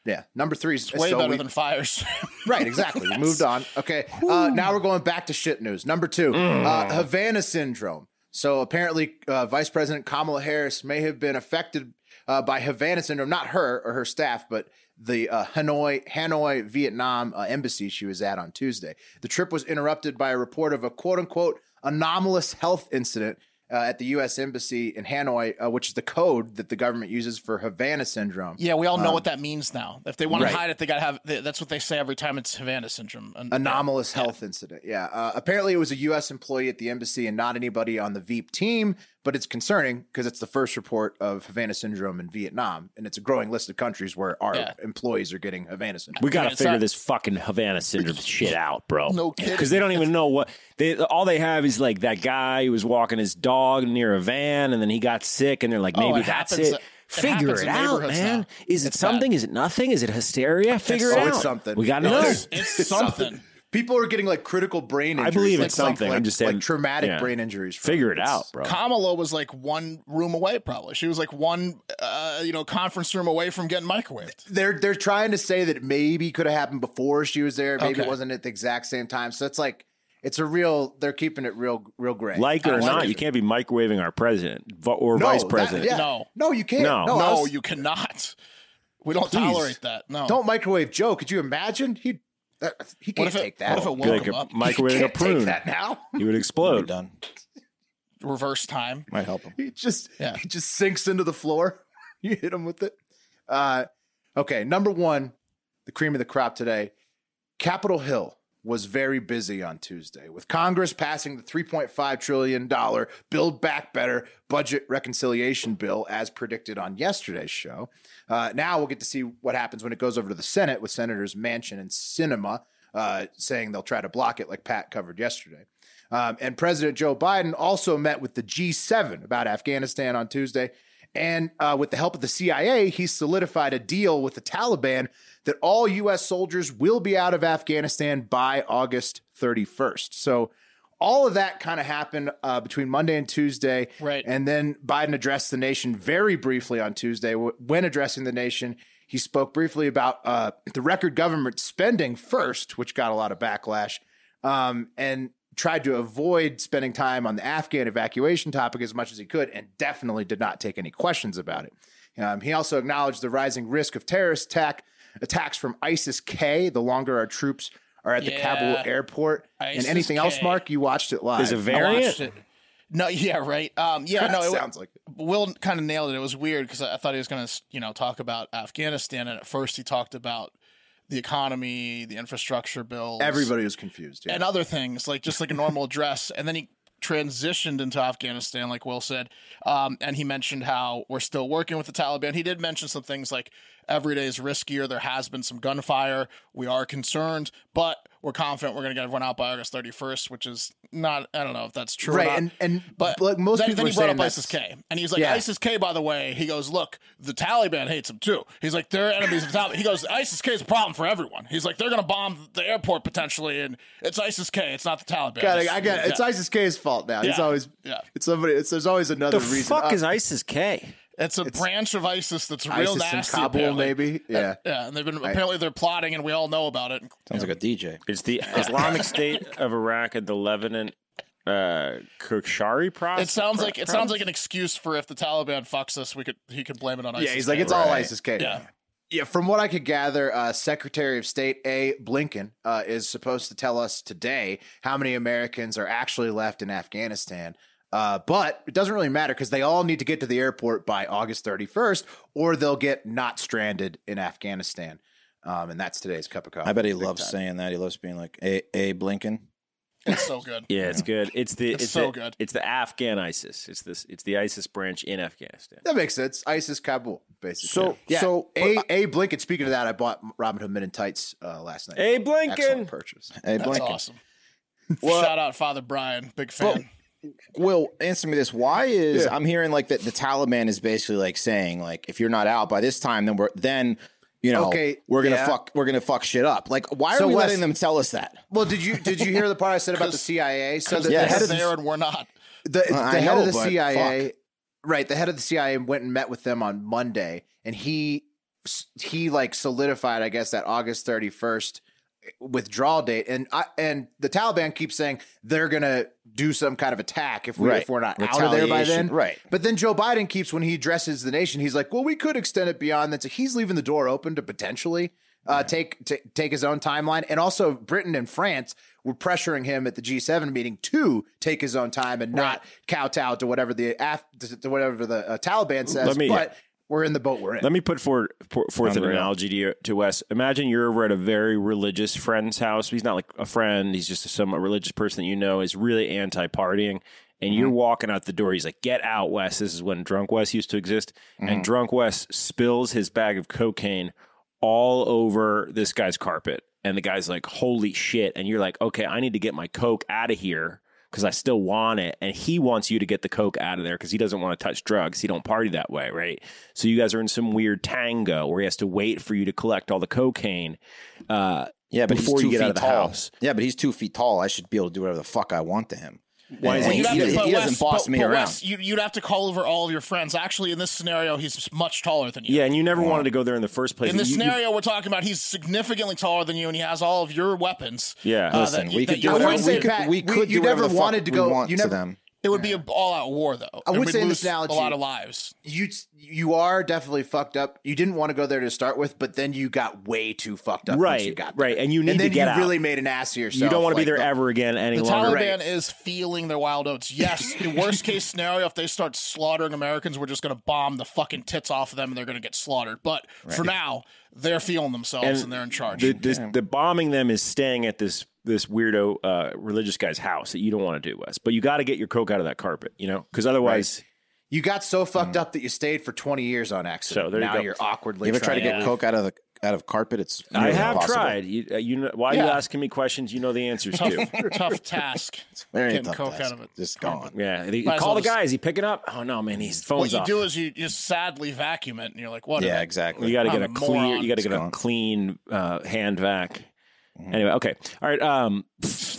A: Yeah. Number three is
B: it's way
A: so
B: better
A: we-
B: than fires.
A: Right, exactly. We moved on. Okay. Uh, now we're going back to shit news. Number two, uh, Havana syndrome. So apparently, uh, Vice President Kamala Harris may have been affected uh, by Havana syndrome. Not her or her staff, but the uh, Hanoi Hanoi Vietnam uh, embassy she was at on Tuesday. The trip was interrupted by a report of a quote unquote anomalous health incident uh, at the U.S. embassy in Hanoi, uh, which is the code that the government uses for Havana syndrome.
B: yeah, we all
D: Um,
B: know what that means now. If they want
A: right.
B: to hide it, they got to have. th- That's what they say every time it's Havana syndrome. And-
A: anomalous health incident. Yeah. Uh, apparently, it was a U.S. employee at the embassy and not anybody on the Veep team, but it's concerning because it's the first report of Havana syndrome in Vietnam, and it's a growing list of countries where our
B: Yeah.
A: employees are getting Havana syndrome.
D: We got to
B: it's
D: figure
B: not-
D: this fucking Havana syndrome shit out, bro.
B: No kidding.
D: Because they don't even know what they. All they have is like that guy who was walking his dog near a van, and then he got sick, and they're like,
B: Oh,
D: maybe
B: it
D: that's
B: happens-
D: it.
B: it
D: Figure
B: happens
D: it
B: in
D: out,
B: neighborhoods
D: man.
B: now.
D: Is it
B: It's
D: something? Is it nothing? Is it hysteria? Figure it
A: oh,
D: out.
A: it's something.
D: We got to
A: No,
D: know.
B: it's, it's something.
A: People are getting like critical brain
D: I
A: injuries.
D: believe
A: like
D: it's something.
A: Like,
D: I'm just saying,
A: like traumatic
D: yeah.
A: brain injuries. from
D: Figure it
A: It's-
D: out, bro.
B: Kamala was like one room away, probably. She was like one, uh, you know, conference room away from getting microwaved.
A: They're they're trying to say that it maybe could have happened before she was there. Maybe it
B: Okay.
A: wasn't at the exact same time. So it's like it's a real. They're keeping it real, real gray.
D: like it or
B: I
D: not,
B: like
D: you
B: it.
D: can't be microwaving our president vo- or
A: No,
D: vice
A: that-
D: president.
A: yeah.
B: No.
A: no, you can't.
D: No.
A: I
B: no,
A: was-
B: you cannot. We don't tolerate that. No.
A: Don't microwave Joe. Could you imagine? He uh, he
B: What
A: can't
B: if it,
A: take that.
B: What if it
D: Be
B: woke
D: Like
B: him
D: a,
B: up?
D: microwaving a
A: can't take
D: prune,
A: that now.
D: he would
C: We're
D: explode.
C: done.
B: Reverse time.
C: Might help him.
A: He just
B: Yeah.
A: he just sinks into the floor. You hit him with it. Uh, okay, number one, the cream of the crop today. Capitol Hill was very busy on Tuesday with Congress passing the 3.5 trillion dollar Build Back Better budget reconciliation bill as predicted on yesterday's show. Uh, now we'll get to see what happens when it goes over to the Senate with Senators Manchin and Cinema uh, saying they'll try to block it, like Pat covered yesterday. Um, and President Joe Biden also met with the G7 about Afghanistan on Tuesday. And uh, with the help of the CIA, he solidified a deal with the Taliban that all U.S. soldiers will be out of Afghanistan by August 31st. So all of that kind of happened uh, between Monday and Tuesday.
B: Right.
A: And then Biden addressed the nation very briefly on Tuesday. W- When addressing the nation, he spoke briefly about uh, the record government spending first, which got a lot of backlash um, and tried to avoid spending time on the Afghan evacuation topic as much as he could, and definitely did not take any questions about it. Um, he also acknowledged the rising risk of terrorist attack attacks from ISIS K. The longer our troops are at the Kabul
B: Yeah.
A: airport, and
B: ISIS-K.
A: anything else, Mark, you watched it live.
D: There's a
B: I watched
D: variant.
B: it. No, yeah, right. Um, yeah, no, it wa-
A: sounds like it.
B: Will kind of nailed it. It was weird because I I thought he was going to, you know, talk about Afghanistan, and at first he talked about the economy, the infrastructure bill,
A: Everybody was confused. Yeah.
B: and other things like just like a normal address, and then he transitioned into Afghanistan, like Will said, um, and he mentioned how we're still working with the Taliban. He did mention some things like every day is riskier. There has been some gunfire. We are concerned, but we're confident we're going to get everyone out by August 31st, which is not. I don't know if that's true. or
A: Right,
B: not
A: and and
B: but
A: like most
B: then,
A: people
B: then
A: are
B: he brought
A: saying
B: up
A: that's-
B: ISIS K, and he was like,
A: Yeah.
B: ISIS K. By the way, he goes, look, the Taliban hates him too. He's like, they're enemies of the Taliban. He goes, ISIS K is a problem for everyone. He's like, they're gonna bomb the airport potentially, and it's ISIS K. It's not the Taliban.
A: God,
B: It's-
A: I, I got
B: yeah.
A: it's ISIS K's fault now. He's
B: Yeah.
A: always
B: Yeah.
A: It's somebody. It's, there's always another
D: The
A: reason.
D: fuck
A: Uh,
D: is ISIS K?
B: It's a branch of ISIS that's real
A: ISIS in
B: nasty.
A: Kabul?
B: apparently.
A: Maybe. Yeah.
B: Yeah, and they've been apparently they're plotting, and we all know about it.
C: Sounds like a DJ.
D: It's the Islamic State of Iraq and the Lebanon uh, Kukshari
B: It
D: process.
B: sounds like it sounds like an excuse for if the Taliban fucks us, we could he could blame it on ISIS.
A: Yeah, he's like, it's all ISIS K.
B: Yeah.
A: Yeah, from what I could gather, uh, Secretary of State A. Blinken uh, is supposed to tell us today how many Americans are actually left in Afghanistan. Uh, but it doesn't really matter because they all need to get to the airport by August 31st, or they'll get not stranded in Afghanistan. Um, and that's today's cup of coffee.
C: I bet he
A: Big
C: loves
A: time.
C: saying that. He loves being like a a Blinken.
B: it's so good.
D: Yeah, it's good. It's the
B: It's
D: it's,
B: so
D: the-
B: good.
D: It's the Afghan ISIS. It's this. It's the ISIS branch in Afghanistan.
A: That makes sense. ISIS Kabul, basically.
C: So-
A: yeah.
C: so-
A: A. A. Blinken. Speaking of that, I bought Robin Hood Men in Tights uh, last night.
D: Hey,
A: Excellent
D: Blinken.
A: purchase.
C: A
B: That's
C: Blinken.
B: awesome. Shout out Father Brian, big fan.
C: Will, answer me this. Why is
A: Yeah.
C: I'm hearing like that the Taliban is basically like saying like if you're not out by this time, then we're then you know
A: Okay,
C: we're gonna
A: yeah.
C: fuck we're gonna fuck shit up. Like why are
A: So
C: we
A: Wes-
C: letting them tell us that?
A: Well, did you did you hear the part I said about the CIA? So the,
B: yeah,
A: the head
C: Yes.
B: they're
A: of the
B: there and we're not.
A: the, the
C: Uh, I
A: head
C: know,
A: of the
C: but
A: CIA, right? The head of the CIA went and met with them on Monday, and he he like solidified, I guess, that August thirty first withdrawal date. And I and the Taliban keeps saying they're gonna do some kind of attack if we if
C: Right.
A: we're not out of there by
C: Retaliation,
A: then,
C: right.
A: But then Joe Biden keeps when he addresses the nation, he's like, "Well, we could extend it beyond that." So he's leaving the door open to potentially uh, take t- take his own timeline, and also Britain and France were pressuring him at the G7 meeting to take his own time and not kowtow to whatever the Af- to to whatever the uh, Taliban says.
D: Let me-
A: but we're in the boat we're in.
D: Let me put forward, for- forth an
C: Unreal.
D: analogy to, you, to Wes. Imagine you're over at a very religious friend's house. He's not like a friend. He's just some a religious person that you know is really anti-partying. And you're walking out the door. He's like, "Get out, Wes." This is when Drunk Wes used to exist. And Drunk Wes spills his bag of cocaine all over this guy's carpet. And the guy's like, "Holy shit!" And you're like, "Okay, I need to get my coke out of here." Because I still want it, and he wants you to get the coke out of there because he doesn't want to touch drugs. He don't party that way, right? So you guys are in some weird tango where he has to wait for you to collect all the cocaine. Uh,
C: Yeah, but
D: Before
C: he's two
D: you get
C: feet
D: out of the
C: tall.
D: house.
C: Yeah, but he's two feet tall. I should be able to do whatever the fuck I want to him. Why
D: is
C: he,
D: it-
C: he,
D: You'd have
C: he,
D: to-
B: but
C: doesn't
B: Wes-
C: boss
B: but-
C: me
B: but
C: around.
B: Wes, you, you'd have to call over all of your friends. Actually, in this scenario, he's much taller than you.
D: yeah, and you never wanted to go there in the first place.
B: In this
D: You- you-
B: scenario we're talking about, he's significantly taller than you, and he has all of your weapons.
D: Yeah.
B: uh,
C: Listen,
B: that-
C: we
B: that
C: could
B: your
C: do whatever
B: friends
C: we
B: did.
C: could.
A: Pat,
C: we
A: we-
C: could
A: you
C: do whatever
A: never
C: the fuck
A: wanted to
C: we
A: go-
C: want
A: you
C: to
A: never-
C: them.
B: It would be an all-out war, though. and
A: would
B: we'd
A: say in this
B: lose
A: analogy-
B: a lot of lives.
A: you you are definitely fucked up. You didn't want to go there to start with, but then you got way too fucked up. once
D: Right,
A: you got
D: right,
A: there.
D: and you need
A: and then
D: to get
A: you
D: out.
A: really made an ass of yourself.
D: you don't want to be
A: Like,
D: there
A: the-
D: ever again any
B: The
D: longer.
B: Taliban is feeling their wild oats. Yes, the worst case scenario, if they start slaughtering Americans, we're just going to bomb the fucking tits off of them, and they're going to get slaughtered. But for now, they're feeling themselves and, they're in charge.
D: The, this, the bombing them is staying at this this weirdo uh, religious guy's house that you don't want to do, Wes. But you got to get your coke out of that carpet, you know, because otherwise,
A: You got so fucked up that you stayed for 20 years on accident.
D: So there you
A: now
D: go.
A: are awkwardly
C: Mm. You ever try to
A: trying
C: get coke out of the out of carpet? It's
D: I
C: nearly
D: have
C: impossible.
D: tried. You, uh, you know, why are you
B: Yeah.
D: asking me questions? You know the answers
B: tough,
D: to.
B: tough task.
C: Very
B: Getting
C: tough
B: coke
C: task.
B: out of it.
C: Just gone.
D: Yeah, they-
B: Might as
D: call
B: well
D: the
B: just-
D: guy. Is he picking up? Oh no, man, his
B: What
D: phone's
B: you
D: off.
B: do is you just sadly vacuum it, and you're like, "What?
C: Yeah,
B: Yeah,
C: exactly.
D: You got to
B: I'm
D: get a
B: a
D: clear.
B: moron.
D: You got to get a
C: gone.
D: clean uh, hand vac.
B: Mm-hmm.
D: Anyway, okay, all right, um,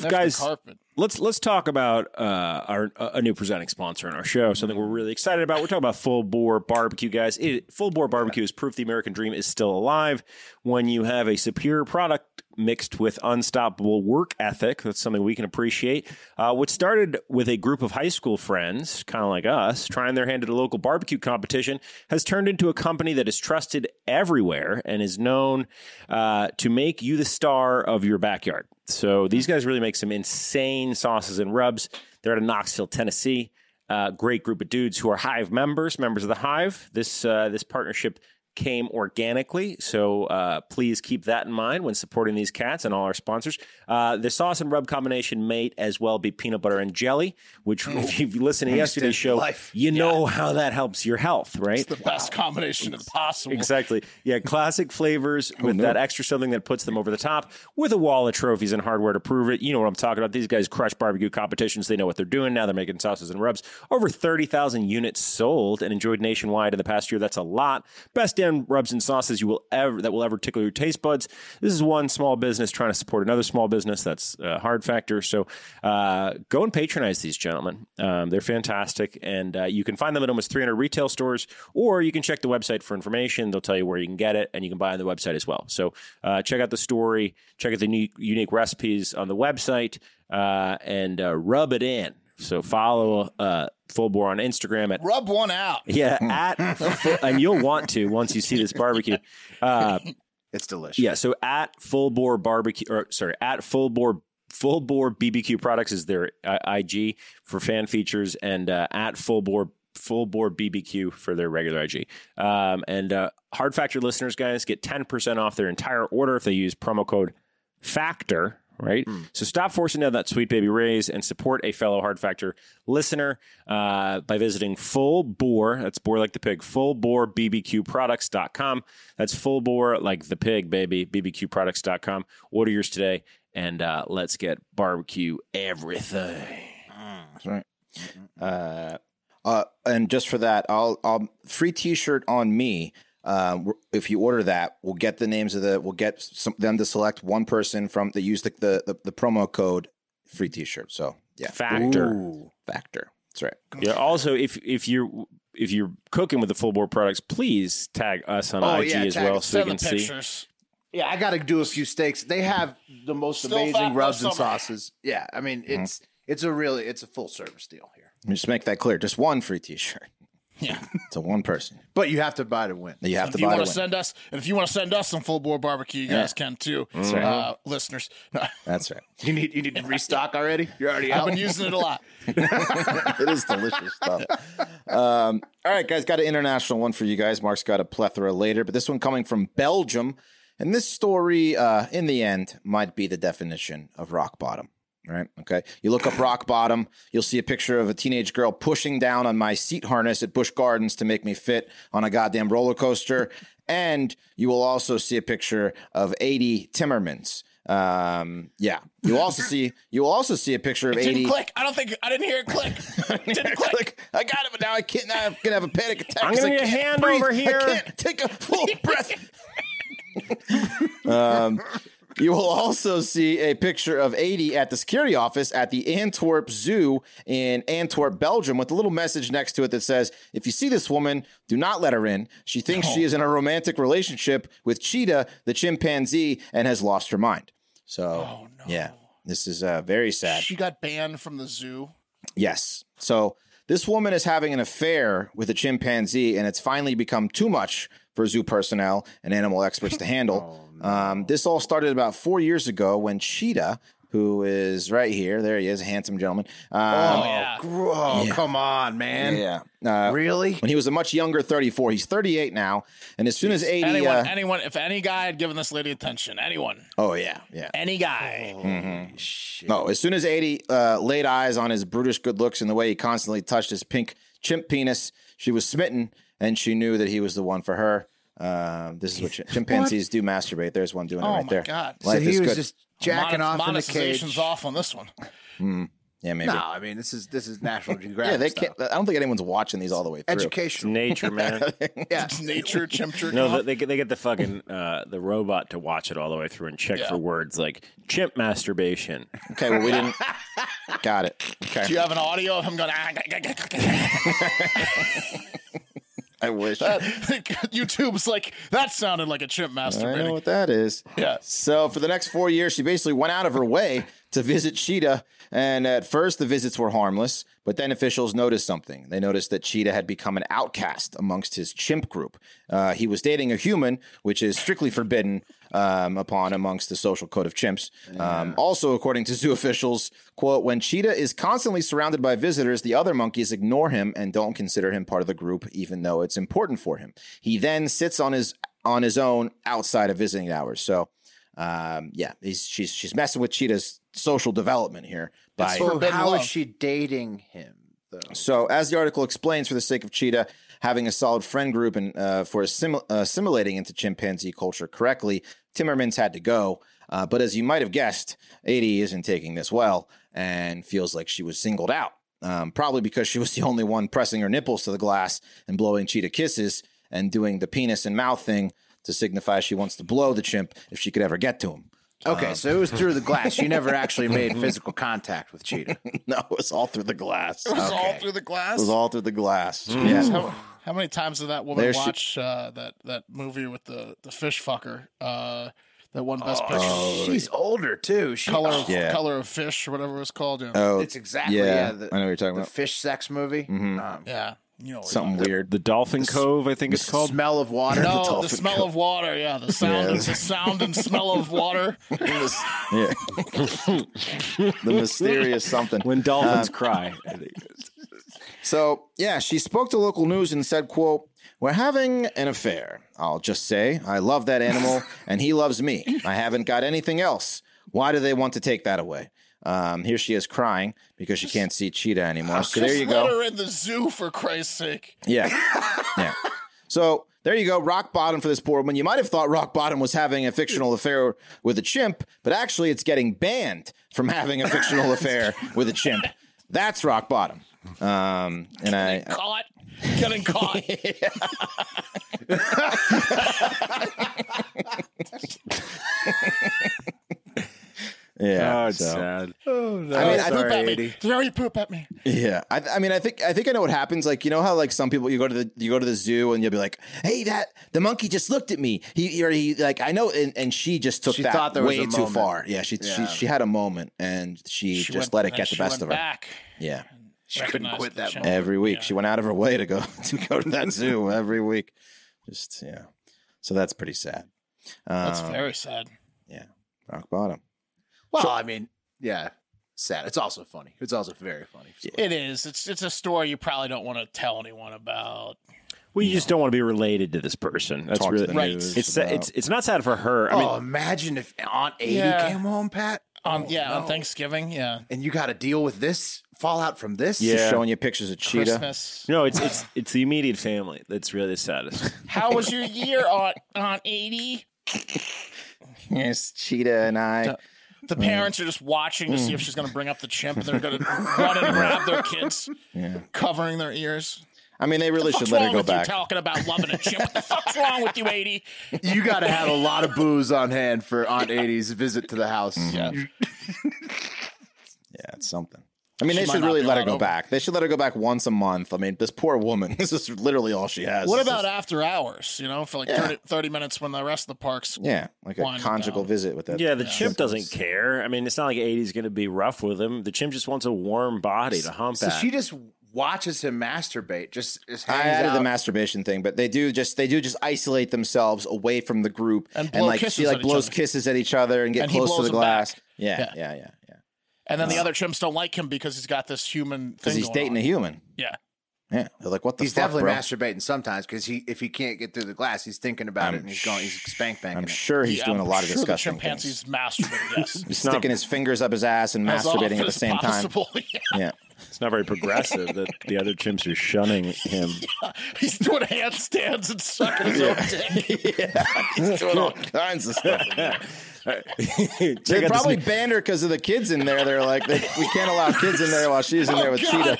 D: guys.
B: carpet.
D: Let's let's talk about uh, our a new presenting sponsor in our show. Something we're really excited about. We're talking about Full Bore Barbecue, guys. It, full Bore Barbecue is proof the American dream is still alive when you have a superior product mixed with unstoppable work ethic. That's something we can appreciate. Uh, what started with a group of high school friends, kind of like us, trying their hand at a local barbecue competition, has turned into a company that is trusted everywhere and is known uh, to make you the star of your backyard. So these guys really make some insane sauces and rubs. They're out of Knoxville, Tennessee. Uh, great group of dudes who are Hive members, members of the Hive. This uh, this partnership came organically, so uh, please keep that in mind when supporting these cats and all our sponsors. Uh, the sauce and rub combination may as well be peanut butter and jelly, which if you listen to yesterday's show,
A: life.
D: you know how that helps your health, right?
B: The best combination of possible.
D: Exactly. Yeah, classic flavors with that extra something that puts them over the top with a wall of trophies and hardware to prove it. You know what I'm talking about. These guys crush barbecue competitions. They know what they're doing. Now they're making sauces and rubs. Over 30,000 units sold and enjoyed nationwide in the past year. That's a lot. Best damn rubs and sauces you will ever that will ever tickle your taste buds. This is one small business trying to support another small business. That's a hard factor. So uh, go and patronize these gentlemen. Um, they're fantastic. And uh, you can find them at almost 300 retail stores, or you can check the website for information. They'll tell you where you can get it, and you can buy on the website as well. So uh, check out the story, check out the new, unique recipes on the website, uh, and uh, rub it in. So follow uh, Full Bore on Instagram at
B: Rub one out.
D: yeah at Full- and you'll want to once you see this barbecue. Uh,
A: It's delicious.
D: yeah, so at Full Bore Barbecue, or sorry, at Full Bore Full Bore BBQ Products is their uh, IG for fan features, and uh, at Full Bore Full Bore BBQ for their regular IG. Um, and uh, Hard Factor listeners, guys, get ten percent off their entire order if they use promo code Factor. Right, so stop forcing down that sweet baby raise and support a fellow Hard Factor listener uh, by visiting Full Bore. That's Bore like the pig. Full Bore BBQ Products.com. That's Full Bore like the pig, baby. BBQ Products.com. Order yours today and uh, let's get barbecue everything.
C: That's right. Uh, uh, and just for that, I'll I'll free T-shirt on me. Uh, we're- if you order that, we'll get the names of the. We'll get some, them to select one person from that use the, the the the promo code free T-shirt. So yeah,
D: Factor.
C: factor. That's right.
D: Yeah. Also, if if you're if you're cooking with the full board products, please tag us on
A: Oh,
D: IG
A: yeah,
D: as
A: tag
D: well
A: us.
D: so we
B: Send the
D: can see.
B: pictures.
A: Yeah, I got to do a few steaks. They have the most
B: Still fat
A: amazing
B: for
A: rubs and
B: summer.
A: sauces. Yeah, I mean
C: Mm-hmm.
A: it's it's a really it's a full service deal here.
C: Let me Just make that clear. Just one free T-shirt.
B: Yeah.
C: So one person
A: But you have to buy to win.
C: that you have to
B: if you
C: buy to
B: want
C: win.
B: to send us, and if you want to send us some full bore barbecue, you guys can too, uh, listeners. No,
C: That's right.
A: You need you need to restock already. You're already
B: I've
A: out.
B: been using it a lot.
C: it is delicious stuff. Um, all right, guys, got an international one for you guys. Mark's got a plethora later, but this one coming from Belgium. And this story, uh, in the end, might be the definition of rock bottom. Right. Okay. You look up rock bottom, you'll see a picture of a teenage girl pushing down on my seat harness at Busch Gardens to make me fit on a goddamn roller coaster. And you will also see a picture of 80 Timmermans. Um, yeah. You also see you will also see a picture of 80
B: Didn't click. I don't think I didn't hear it click. Didn't click.
C: click. I got it, but now I can't. Now I'm gonna have a panic attack.
D: I'm
C: 'cause
D: gonna
C: I
D: need a
C: can't
D: hand
C: breathe.
D: over here.
C: I can't take a full breath. um, you will also see a picture of 80 at the security office at the Antwerp Zoo in Antwerp, Belgium, with a little message next to it that says, "If you see this woman, do not let her in. She thinks
D: Oh.
C: she is in a romantic relationship with Cheetah, the chimpanzee, and has lost her mind." So,
D: Oh,
C: yeah, this is uh, very sad.
B: She got banned from the zoo.
C: Yes. So this woman is having an affair with a chimpanzee, and it's finally become too much for zoo personnel and animal experts to handle. um, this all started about four years ago when Cheetah, who is right here, there he is, a handsome gentleman.
A: Oh,
C: Um,
B: yeah.
A: gr- oh, come on, man.
C: yeah. Uh,
A: Really?
C: when he was a much younger 34, he's 38 now. And as soon as 80.
B: Anyone,
C: uh,
B: anyone, if any guy had given this lady attention, anyone,
C: oh, yeah. Yeah.
B: any guy,
C: Oh, Mm-hmm. No, as soon as 80 uh, laid eyes on his brutish good looks and the way he constantly touched his pink chimp penis, she was smitten and she knew that he was the one for her. Um, this is what chi- chimpanzees do masturbate. There's one doing it
B: Oh
C: right
B: my
C: there.
B: God. So
C: Life
A: so he
C: is
A: was
C: good.
A: just jacking
B: Monet-
A: off in the
B: monetization's
A: cage.
B: off on this one.
C: yeah, maybe.
A: No, I mean this is this is National Geographic.
C: yeah, they
A: style.
C: can't. I don't think anyone's watching these all the way through.
A: Educational.
D: Nature, man.
A: Yeah.
B: It's nature, chimp jerk.
D: No,
B: off.
D: they, they get the fucking uh, the robot to watch it all the way through and check
B: Yeah.
D: for words like chimp masturbation.
C: Okay, well we didn't. Got it. Okay,
B: Do you have an audio of him going? "Ah, gah, gah, gah, gah,
C: I wish.
B: gah." YouTube's like that sounded like a chimp
C: I know
B: masturbating.
C: what that is.
B: Yeah.
C: So for the next four years, she basically went out of her way to visit Cheetah. And at first, the visits were harmless, but then officials noticed something. They noticed that Cheetah had become an outcast amongst his chimp group. Uh, he was dating a human, which is strictly forbidden um, upon amongst the social code of chimps. Um, also, according to zoo officials, quote, when Cheetah is constantly surrounded by visitors, the other monkeys ignore him and don't consider him part of the group, even though it's important for him. He then sits on his on his own outside of visiting hours. So, um, yeah, he's, she's she's messing with Cheetah's social development here. By
A: So
B: forbidden
A: how
B: love.
A: is she dating him though?
C: so, as the article explains, for the sake of Cheetah having a solid friend group and uh, for assimil- assimilating into chimpanzee culture correctly, Timmermans had to go. Uh, but as you might have guessed, 80 isn't taking this well and feels like she was singled out, um, probably because she was the only one pressing her nipples to the glass and blowing Cheetah kisses and doing the penis and mouth thing to signify she wants to blow the chimp if she could ever get to him.
A: Okay, so it was through the glass. You never actually made physical contact with Cheetah.
C: No, it was all through the glass.
B: It was all
A: Okay.
B: through the glass.
C: It was all through the glass.
B: Yes,
A: Mm.
C: Yeah.
B: Oh. How, how many times did that woman
C: There she-
B: watch uh, that that movie with the the fish fucker? Uh, that one best picture,
D: Oh,
A: She's older too. She,
B: color of,
C: Oh, Yeah.
B: color of fish or whatever it was called. Yeah,
C: Oh,
A: It's exactly yeah. the,
C: I know what you're talking
A: the
C: about.
A: fish sex movie. Um,
B: yeah. you know what
C: Something
B: we're talking
C: weird.
D: The Dolphin Cove, I think it's called.
A: Smell of water.
B: about.
C: The
B: No, the,
C: dolphin
B: smell of water. Yeah, the sound, the sound and smell of water.
C: yeah. the mysterious something.
D: when dolphins cry, Oh, I think.
C: So yeah, she spoke to local news and said, "quote We're having an affair. I'll just say I love that animal, and he loves me. I haven't got anything else. Why do they want to take that away?" Um, here she is crying because she can't see cheetah anymore. So there
B: Just
C: you
B: Let
C: go.
B: her in the zoo for Christ's sake.
C: Yeah. Yeah. So there you go. Rock bottom for this poor woman. You might have thought rock bottom was having a fictional affair with a chimp, but actually it's getting banned from having a fictional affair with a chimp. That's rock bottom. Um, and I,
B: Caught, getting caught.
C: yeah,
D: oh, it's
C: so-
D: sad.
B: I
C: mean, I
B: poop
C: think-
B: at me. Throw your poop at me.
C: Yeah, I, I mean, I think I think I know what happens. Like you know how like some people you go to the you go to the zoo and you'll be like, "Hey, that the monkey just looked at me." He or he like I know, and, and she just took
A: She
C: that
A: thought there was
C: way
A: a
C: too
A: moment.
C: far. Yeah, she,
A: Yeah.
C: she she had a moment and she,
B: She went-
C: just let it
B: and
C: get the
B: she
C: best
B: went
C: of her.
B: Back.
C: Yeah,
B: She couldn't quit that. Moment.
C: every week she went out of her way to go to go to that zoo every week. Just yeah, so that's pretty sad.
B: That's
C: Um,
B: very sad.
C: rock bottom.
A: Well, I mean, yeah, sad. It's also funny. It's also very funny.
B: It is. It's it's a story you probably don't want to tell anyone about.
D: Well, you just don't want to be related to this person. That's
C: Talk to
D: really
C: the
B: Right.
C: news
D: It's sa-
C: about-
D: it's it's not sad for her. I mean,
A: oh, imagine if Aunt Eighty
B: Yeah.
A: came home, Pat.
B: Um,
A: Oh,
B: yeah,
A: no.
B: on Thanksgiving. Yeah,
A: and you got to deal with this fallout from this.
C: She's
D: Yeah.
C: showing you pictures of cheetah.
B: Christmas.
D: no, it's it's it's the immediate family that's really the saddest.
B: How was your year, Aunt Aunt Eighty?
C: Yes, cheetah and I.
B: The
C: Mm.
B: parents are just watching to see if she's going to bring up the chimp. They're going to run and grab their kids, covering their ears.
C: I mean, they really should
B: What's
C: let
B: wrong
C: her go
B: with
C: back.
B: you talking about loving a chimp? What the fuck's wrong with you, eighty?
A: You got to have a lot of booze on hand for Aunt Eighty's visit to the house.
D: Mm-hmm.
B: Yeah.
C: Yeah, it's something. I mean,
B: She
C: they
B: might
C: should
B: not
C: really
B: be
C: let her
B: allowed
C: go
B: over.
C: back. They should let her go back once a month. I mean, this poor woman. This is literally all she has.
B: What
C: This
B: about
C: is-
B: after hours? You know, for like
C: Yeah.
B: 30, 30 minutes when the rest of the parks.
C: yeah, like a
B: Wind
C: conjugal
B: down.
C: visit with that?
D: Yeah, the
C: that
D: chimp
C: symptoms.
D: doesn't care. I mean, it's not like 80's going to be rough with him. The chimp just wants a warm body to hump
A: So
D: at.
A: she just watches him masturbate. Just, just
C: I
A: hangs
C: added
D: uh,
C: the
A: out.
C: masturbation thing, but they do just they do just isolate themselves away from the group
B: And blow
C: like she
B: kisses
C: like
B: at each
C: blows
B: other.
C: kisses at each other and get
B: And he
C: close to
B: blows
C: the
B: them back.
C: glass. Yeah,
B: Yeah.
C: yeah, yeah, yeah.
B: And then the other chimps don't like him because he's got this human thing.
C: Because he's
B: going
C: dating
B: on.
C: a human.
B: Yeah.
C: Yeah, they're like, what the
A: He's
C: fuck,
A: definitely
C: bro?
A: masturbating sometimes because he, if he can't get through the glass, he's thinking about it and he's going, he's spank banging.
C: I'm
A: it.
C: sure he's
B: Yeah,
C: doing a
B: I'm
C: lot of
B: sure
C: disgusting
B: The
C: things.
B: chimpanzee's masturbating. Yes.
C: He's
D: not-
C: sticking his fingers up his ass and
B: As
C: masturbating
B: often
C: at the
B: as
C: same time.
B: possible. Yeah.
C: Yeah.
D: it's not very progressive that the other chimps are shunning him.
B: He's doing handstands and sucking his own dick.
C: He's doing all kinds of stuff.
D: Check
C: They
D: out
C: probably
D: this
C: banned her because of the kids in there. They're like, they, we can't allow kids in there while she's in
B: Oh,
C: there with Cheetah.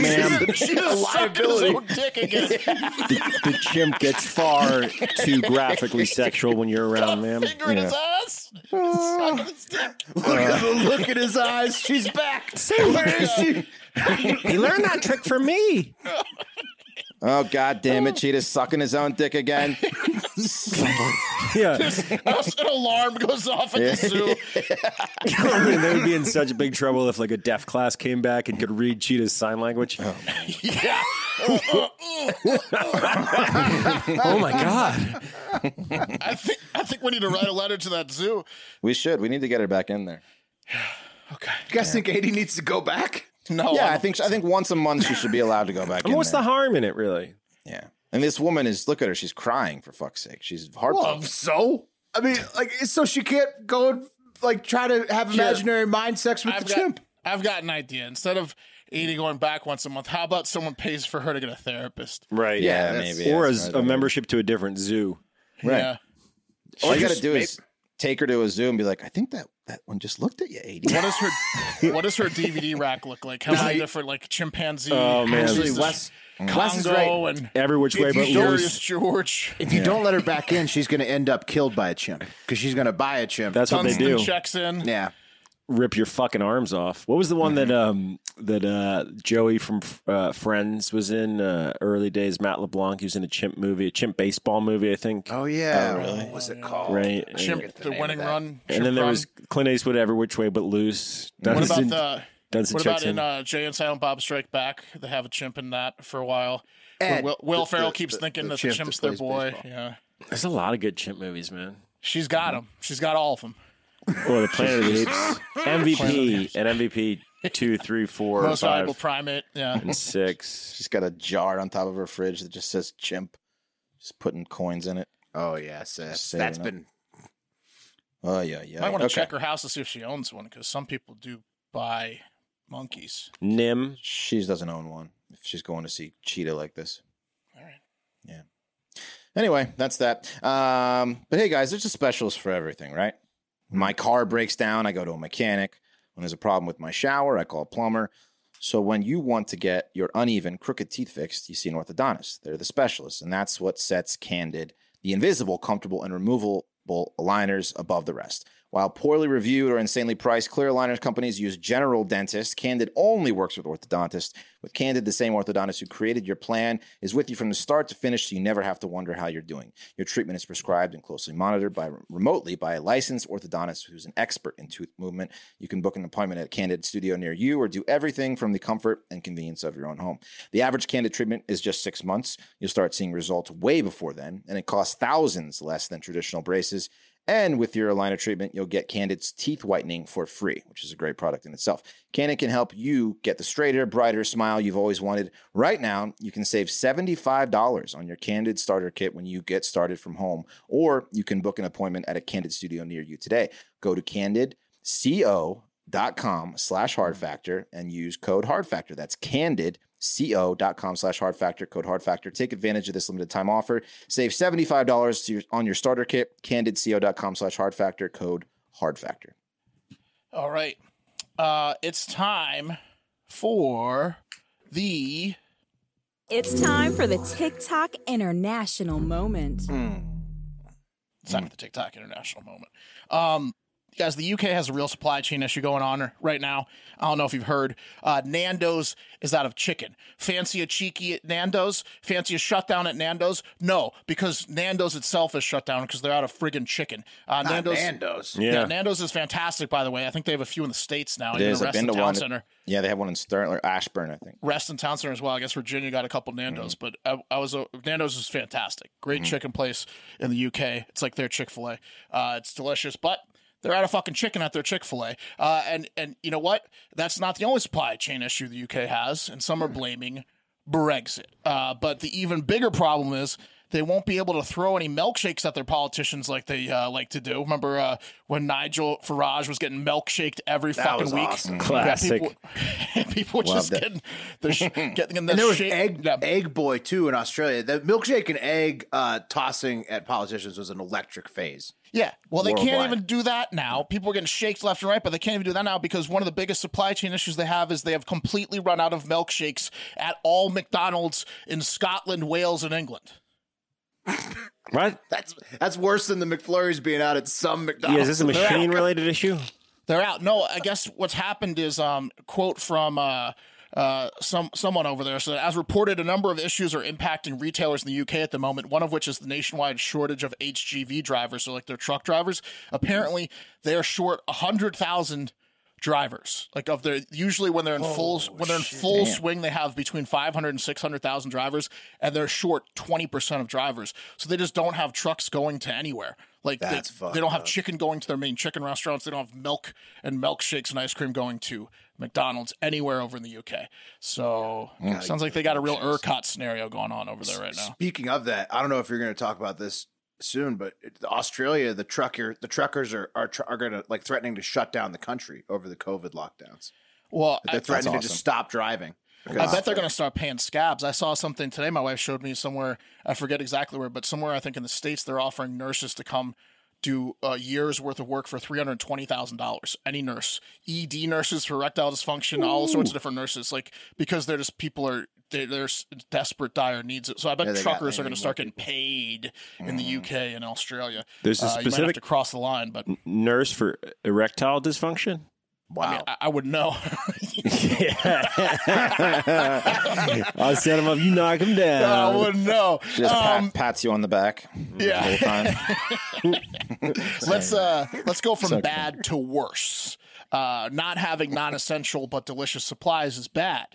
C: Ma'am.
B: She's, she's sucking his own dick again.
D: new- the chimp gets far too graphically sexual when you're around, ma'am.
B: Finger in his ass. Sucking his dick.
A: Look at the look in his eyes. She's back. Where is she?
D: He learned that trick from me.
C: Oh god damn it, Cheetah's sucking his own dick again.
D: Yeah,
B: An alarm goes off at the zoo.
D: I mean, they would be in such big trouble if like a deaf class came back and could read Cheetah's sign language. Oh,
B: Yeah.
D: Oh my god!
B: I think I think we need to write a letter to that zoo.
C: We should. We need to get her back in there.
B: Okay.
A: You guys think Eighty needs to go back?
B: No.
C: yeah,
B: Oh, I'm-
C: I think I think once a month she should be allowed to go back
D: I
C: in
D: mean, what's
C: there.
D: the harm in it, really?
C: yeah. And this woman is look at her, she's crying for fuck's sake. She's
A: Well,
C: heartbroken.
A: so I mean, like, so she can't go and like try to have imaginary mind sex with
B: I've
A: the
B: got,
A: chimp.
B: I've got an idea. Instead of Edie going back once a month, how about someone pays for her to get a therapist?
D: Right?
C: Yeah,
A: that's-
C: maybe.
D: or
C: that's
D: as a
C: right.
D: membership to a different zoo.
C: Right.
B: Yeah.
C: All you gotta
A: just
C: do is take her to a zoo and be like, I think that that one just looked at you, 80.
B: What does her What does her DVD rack look like? How many different like chimpanzee?
D: Oh, man.
A: Actually,
B: Actually,
A: Wes, Wes is
B: Congo
A: right.
B: and
D: Every which way but
B: Curious
D: loose.
B: George.
A: If you don't let her back in, she's going to end up killed by a chimp because she's going to buy a chimp.
D: That's what they
B: Dunstan
D: do.
B: checks in.
A: yeah.
D: rip your fucking arms off. What was the one
B: Mm-hmm.
D: that um that uh Joey from uh, Friends was in uh, early days? Matt LeBlanc. He was in a chimp movie, a chimp baseball movie, I think.
A: Oh yeah. What was
C: Oh,
A: it called?
D: right. And-
B: Chimp, the,
A: name
B: winning
A: of that.
B: run.
D: And
B: Chimp
D: then there
B: run.
D: was Clint Eastwood, Ever Which Way But Loose.
B: What
D: Dunstan-
B: about the?
D: Dunstan
B: What about
D: checks
B: in
D: in.
B: uh, Jay and Silent Bob Strike Back? They have a chimp in that for a while. Where
A: Ed,
B: Will, Will
A: the-
B: Ferrell
A: the-
B: keeps
A: the-
B: thinking
A: the
B: that the
A: chimp that
B: chimp's their
A: plays
B: boy.
A: baseball. Mm-hmm.
B: Yeah,
D: There's a lot of good chimp movies, man.
B: she's got him. She's got all of them.
D: Or the Planet of the Apes, MVP, and MVP two, three, four,
B: Most
D: five,
B: valuable primate. Yeah.
D: and six.
C: She's got a jar on top of her fridge that just says chimp. Just putting coins in it.
A: Oh yeah. So that's
C: Saving
A: that's
C: up.
A: been.
C: Oh yeah, yeah.
B: Might want to
C: okay.
B: check her house to see if she owns one because some people do buy monkeys.
D: Nim.
C: She doesn't own one. If she's going to see Cheetah like this.
B: All right.
C: Yeah. Anyway, that's that. Um, but hey, guys, there's a specialist for everything, right?
B: Hmm.
C: My car breaks down. I go to a mechanic. When there's a problem with my shower, I call a plumber. So when you want to get your uneven, crooked teeth fixed, you see an orthodontist. They're the specialists, and that's what sets Candid, the invisible, comfortable, and removable aligners above the rest. While poorly reviewed or insanely priced clear aligners companies use general dentists, Candid only works with orthodontists. With Candid, the same orthodontist who created your plan is with you from the start to finish, so you never have to wonder how you're doing. Your treatment is prescribed and closely monitored by remotely by a licensed orthodontist who's an expert in tooth movement. You can book an appointment at a Candid studio near you or do everything from the comfort and convenience of your own home. The average Candid treatment is just six months. You'll start seeing results way before then, and it costs thousands less than traditional braces. And with your aligner treatment, you'll get Candid's teeth whitening for free, which is a great product in itself. Candid can help you get the straighter, brighter smile you've always wanted. Right now, you can save $75 on your Candid starter kit when you get started from home, or you can book an appointment at a Candid studio near you today. Go to candidco.com slash hard factor and use code hard factor. That's candid co.com slash hard factor code hard factor take advantage of this limited time offer save $75 to your, on your starter kit candidco.com slash hard factor code hard factor
B: All right. Uh, it's time for the
G: It's time for the TikTok international moment.
B: It's time for the TikTok international moment. Um, guys, the UK has a real supply chain issue going on right now. I don't know if you've heard. Uh, Nando's is out of chicken. Fancy a cheeky at Nando's? Fancy a shutdown at Nando's? No, because Nando's itself is shut down because they're out of friggin' chicken. Uh, Nando's.
A: Nando's.
B: Yeah.
D: Yeah.
B: Nando's is fantastic, by the way. I think they have a few in the States now.
C: It
B: even
C: is.
B: at
C: I've been
B: Reston
C: to
B: Town
C: one.
B: Center.
C: yeah they have one in Stern or ashburn i think
B: Reston Town Center as well. I guess Virginia got a couple Nando's,
A: Mm-hmm.
B: but I, I was uh, Nando's is fantastic. Great chicken place in the UK. It's like their Chick Fil A. Uh, it's delicious, but they're out of fucking chicken at their Chick Fil A. Uh, and and you know what? That's not the only supply chain issue the UK has, and
A: Mm.
B: some are blaming Brexit. Uh, but the even bigger problem is they won't be able to throw any milkshakes at their politicians like they uh, like to do. Remember uh, when Nigel Farage was getting milkshaked every fucking
A: was
B: week?
A: awesome.
B: Yeah,
D: Classic.
B: people, people were just
C: that.
B: getting the sh- getting in the
A: And there was
B: shape-
A: egg
B: yeah,
A: egg boy too in Australia. The milkshake and egg uh, tossing at politicians was an electric phase.
B: Yeah. Well, they can't
A: Worldwide.
B: even do that now. People are getting shaked left and right, but they can't even do that now because one of the biggest supply chain issues they have is they have completely run out of milkshakes at all McDonald's in Scotland, Wales, and England.
D: What?
A: That's that's worse than the McFlurries being out at some
D: Yeah,
A: McDonald's.
D: is this a
A: in the back.
D: machine related issue?
B: They're out. No, I guess what's happened is um quote from uh uh, some someone over there said, as reported, a number of issues are impacting retailers in the UK at the moment. One of which is the nationwide shortage of HGV drivers, so like their truck drivers. Apparently, they're short hundred thousand drivers. Like of their usually when they're in full when they're in full swing, they have between 500 and 600,000 drivers, and they're short twenty percent of drivers. So they just don't have trucks going to anywhere. Like they-
A: That's
B: they,
A: fucked
B: don't have chicken going to their main chicken restaurants. They don't have milk and milkshakes and ice cream going to McDonald's anywhere over in the UK. So sounds like they got a real ERCOT scenario going on over there right now.
A: Speaking of that, I don't know if you're going to talk about this soon, but it- Australia, the trucker, the truckers are are, tr- are going to like threatening to shut down the country over the COVID lockdowns.
B: Well, I,
A: They're threatening to
C: awesome.
A: just stop driving.
B: I bet they're going to start paying scabs. I saw something today. My wife showed me somewhere. I forget exactly where, but somewhere I think in the states they're offering nurses to come do a year's worth of work for three hundred twenty thousand dollars. Any nurse, ED nurses for erectile dysfunction, all sorts of different nurses, like because they're just people are they're, they're s- desperate, dire needs. So I bet
A: Yeah, they got-
B: truckers
A: they
B: are going
A: need
B: to start getting paid in the UK and Australia.
D: There's a
B: Uh, you might have
D: specific
B: to cross the line, but
D: nurse for erectile dysfunction?
B: I, mean, I, I would know.
D: I'll set him up. You knock him
B: I
D: down.
B: would know.
C: just
B: Um,
C: pat, pats you on the back
B: yeah.
C: the whole time
B: let's uh let's go from bad to worse. Uh, not having non-essential but delicious supplies is bad.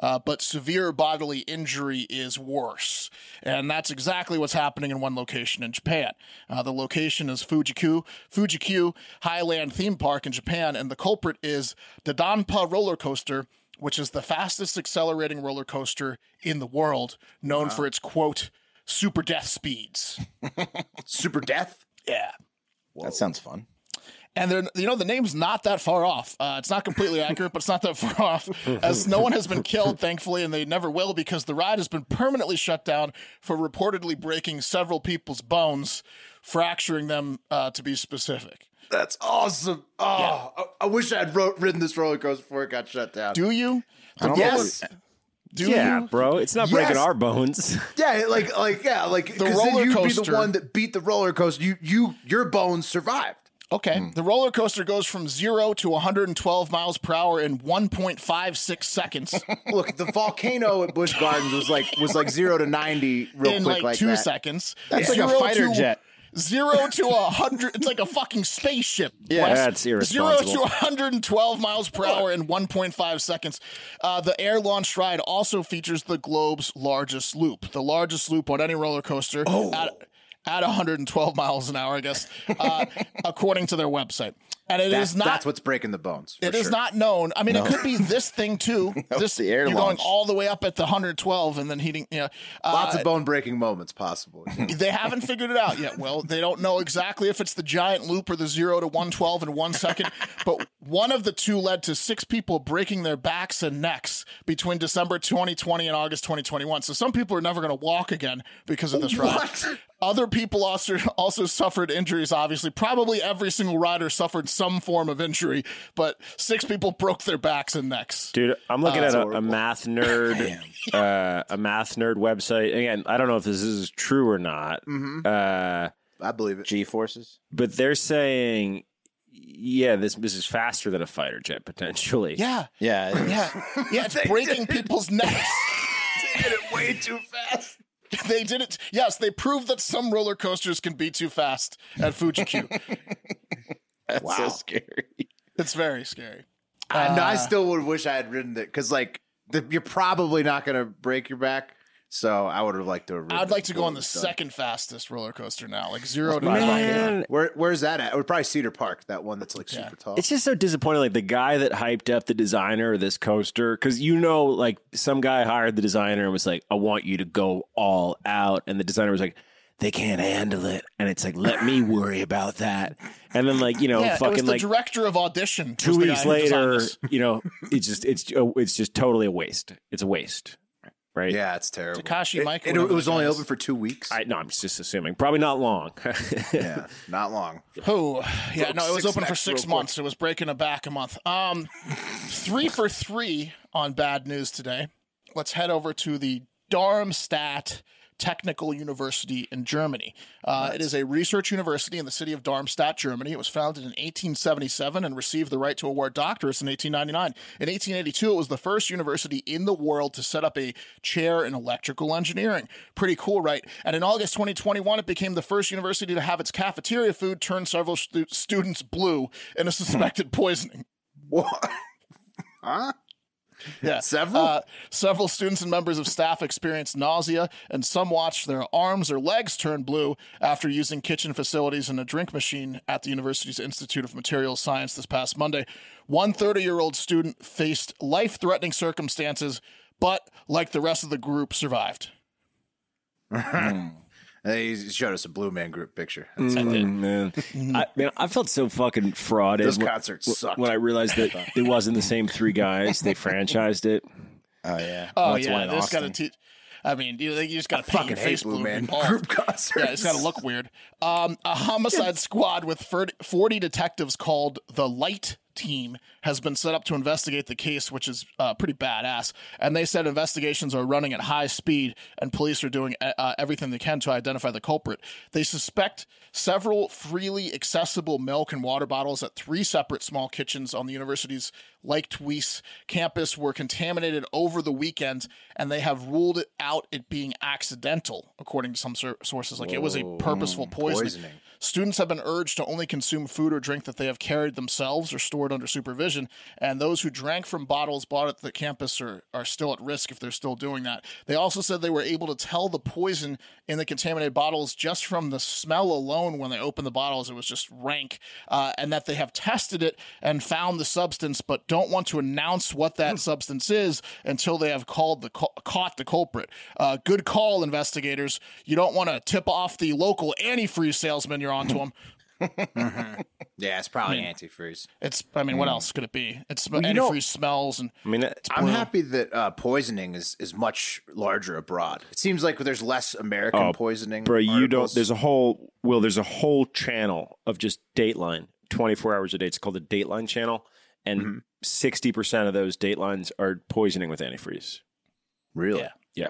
B: Uh, but severe bodily injury is worse. And that's exactly what's happening in one location in Japan. Uh, the location is Fujiku, Fujiku Highland Theme Park in Japan, and the culprit is Dadanpa roller coaster, which is the fastest accelerating roller coaster in the world, known for its quote, super death speeds.
A: Super death.
B: Yeah.
C: that sounds fun
B: And they're, you know, the name's not that far off. Uh, it's not completely accurate, but it's not that far off, as no one has been killed, thankfully, and they never will because the ride has been permanently shut down for reportedly breaking several people's bones, fracturing them, uh, to be specific.
A: That's awesome. Oh, I, I wish I had ro- ridden this roller coaster before it got shut down.
B: Do you?
C: I don't
A: yes.
B: Do
D: yeah,
B: you?
D: bro. It's not breaking
A: Yes.
D: our bones.
A: Yeah, like like yeah, like because then
B: roller
A: you'd be
B: coaster-
A: the one that beat the roller coaster. You you your bones survived.
B: Okay. The roller coaster goes from zero to 112 miles per hour in 1.56 seconds
A: Look, the volcano at Busch Gardens was like was like zero to ninety real
B: in
A: quick
B: like,
A: like,
B: two
A: that.
B: seconds.
C: That's like a fighter jet.
B: Zero to a hundred. It's like a fucking spaceship.
C: Yeah,
B: Wes.
D: that's irresponsible.
B: Zero to 112 miles per hour in 1.5 seconds. Uh, the air launch ride also features the globe's largest loop, the largest loop on any roller coaster
A: Oh.
B: at, at 112 miles an hour, I guess, uh, according to their website. And it is
A: That's,
B: not
A: that's what's breaking the bones. for
B: It is
A: sure.
B: not known. I mean, it could be this thing too. this
C: the air
B: you're going
C: launch.
B: all the way up at the 112 and then heating. Yeah, uh,
A: lots of bone breaking moments possible.
B: they haven't figured it out yet. Well, they don't know exactly if it's the giant loop or the zero to 112 in one second. but one of the two led to six people breaking their backs and necks between December 2020 and August 2021. So some people are never going to walk again because of this ride. Other people also also suffered injuries. Obviously, probably every single rider suffered some form of injury, but six people broke their backs and necks.
D: Dude, I'm looking at a, a math nerd, uh, a math nerd website. Again, I don't know if this is true or not,
B: Mm-hmm.
D: uh,
A: I believe it.
C: G forces.
D: but they're saying, yeah, this this is faster than a fighter jet potentially.
B: Yeah,
C: Yeah. it is.
B: yeah, yeah. It's breaking people's necks.
A: Way too fast.
B: they did it. Yes, they proved that some roller coasters can be too fast at Fuji Q.
C: That's
A: Wow.
C: so scary.
B: it's very scary.
A: I, no,
B: Uh.
A: I still would wish I had ridden it because like the, you're probably not going to break your back. So I would have liked to. Have ridden
B: I'd like to go on the
A: second.
B: second fastest roller coaster now, like zero to
D: Man,
A: Where where's that at? Or probably Cedar Park, that one that's like super
B: Yeah.
A: tall.
D: It's just so disappointing. Like the guy that hyped up the designer of this coaster, because you know, like some guy hired the designer and was like, "I want you to go all out," and the designer was like, "They can't handle it," and it's like, "Let me worry about that." And then, like you know,
B: Yeah, it was
D: Oh, fucking
B: the
D: like
B: director of audition.
D: two
B: was the guy
D: weeks
B: who designed
D: later,
B: this.
D: you know, it's just it's oh, it's just totally a waste. It's a waste, right?
A: yeah, it's terrible.
B: Takashi
A: It- It,
B: Miike, whatever
A: it was
B: that
A: only
B: guy is.
A: open for two weeks.
D: I no, I'm just assuming. Probably not long.
A: yeah, not long.
B: Who? Yeah, no, it was
A: six
B: open for
A: necks real
B: six
A: quick.
B: months. It was breaking a back a month. Um, three for three on bad news today. Let's head over to the Darmstadt Technical University in Germany. Uh, it is a research university in the city of Darmstadt, Germany. It was founded in 1877 and received the right to award doctorates in 1899. In 1882, it was the first university in the world to set up a chair in electrical engineering. Pretty cool, right? And in August 2021, it became the first university to have its cafeteria food turn several stu- students blue in a suspected poisoning.
A: What? huh?
B: Yeah.
A: Several?
B: Uh, several students and members of staff experienced nausea, and some watched their arms or legs turn blue after using kitchen facilities and a drink machine at the university's Institute of Materials Science this past Monday. One 30 year old student faced life threatening circumstances, but like the rest of the group, survived.
A: They showed us a Blue Man Group picture.
D: man. I, man, I felt so fucking frauded.
A: This
D: when-
A: concert sucked.
D: when I realized that it wasn't the same three guys. They franchised it.
C: Oh yeah.
B: Oh,
C: That's one
B: yeah.
C: in
B: This got to
C: Austin.
B: teach. I mean, you, you just got to paint
A: fucking
B: your
A: hate
B: face
A: Blue
B: blue.
A: Man
B: and be bald.
A: Group concerts.
B: Yeah, it's got to look weird. Um, a homicide squad with 30 40 detectives called the Light Team has been set up to investigate the case, which is uh, pretty badass. And they said investigations are running at high speed, and police are doing uh, uh, everything they can to identify the culprit. They suspect several freely accessible milk and water bottles at three separate small kitchens on the university's Lake Tweese campus were contaminated over the weekend, and they have ruled it out it being accidental, according to some sur- sources. Like it was a purposeful poisoning. Students have been urged to only consume food or drink that they have carried themselves or stored under supervision, and those who drank from bottles bought at the campus are, are still at risk if they're still doing that. They also said they were able to tell the poison in the contaminated bottles just from the smell alone when they opened the bottles. It was just rank, uh, and that they have tested it and found the substance, but don't want to announce what
A: Hmm.
B: that substance is until they have called the cau- caught the culprit. Uh, good call, investigators. You don't want to tip off the local antifreeze salesman you're onto him.
A: Yeah, it's probably antifreeze.
B: It's, I mean, what else could it be? It's
A: Hmm. you
B: antifreeze
A: know-
B: smells and
D: I mean, that-
A: I'm happy that uh, poisoning is, is much larger abroad. It seems like there's less American
D: Oh,
A: poisoning.
D: bro, you don't.
A: articles.
D: There's a whole. Will there's a whole channel of just Dateline 24 hours a day. It's called the Dateline Channel,
A: Mm-hmm.
D: and 60 percent of those datelines are poisoning with antifreeze.
A: Really?
B: Yeah.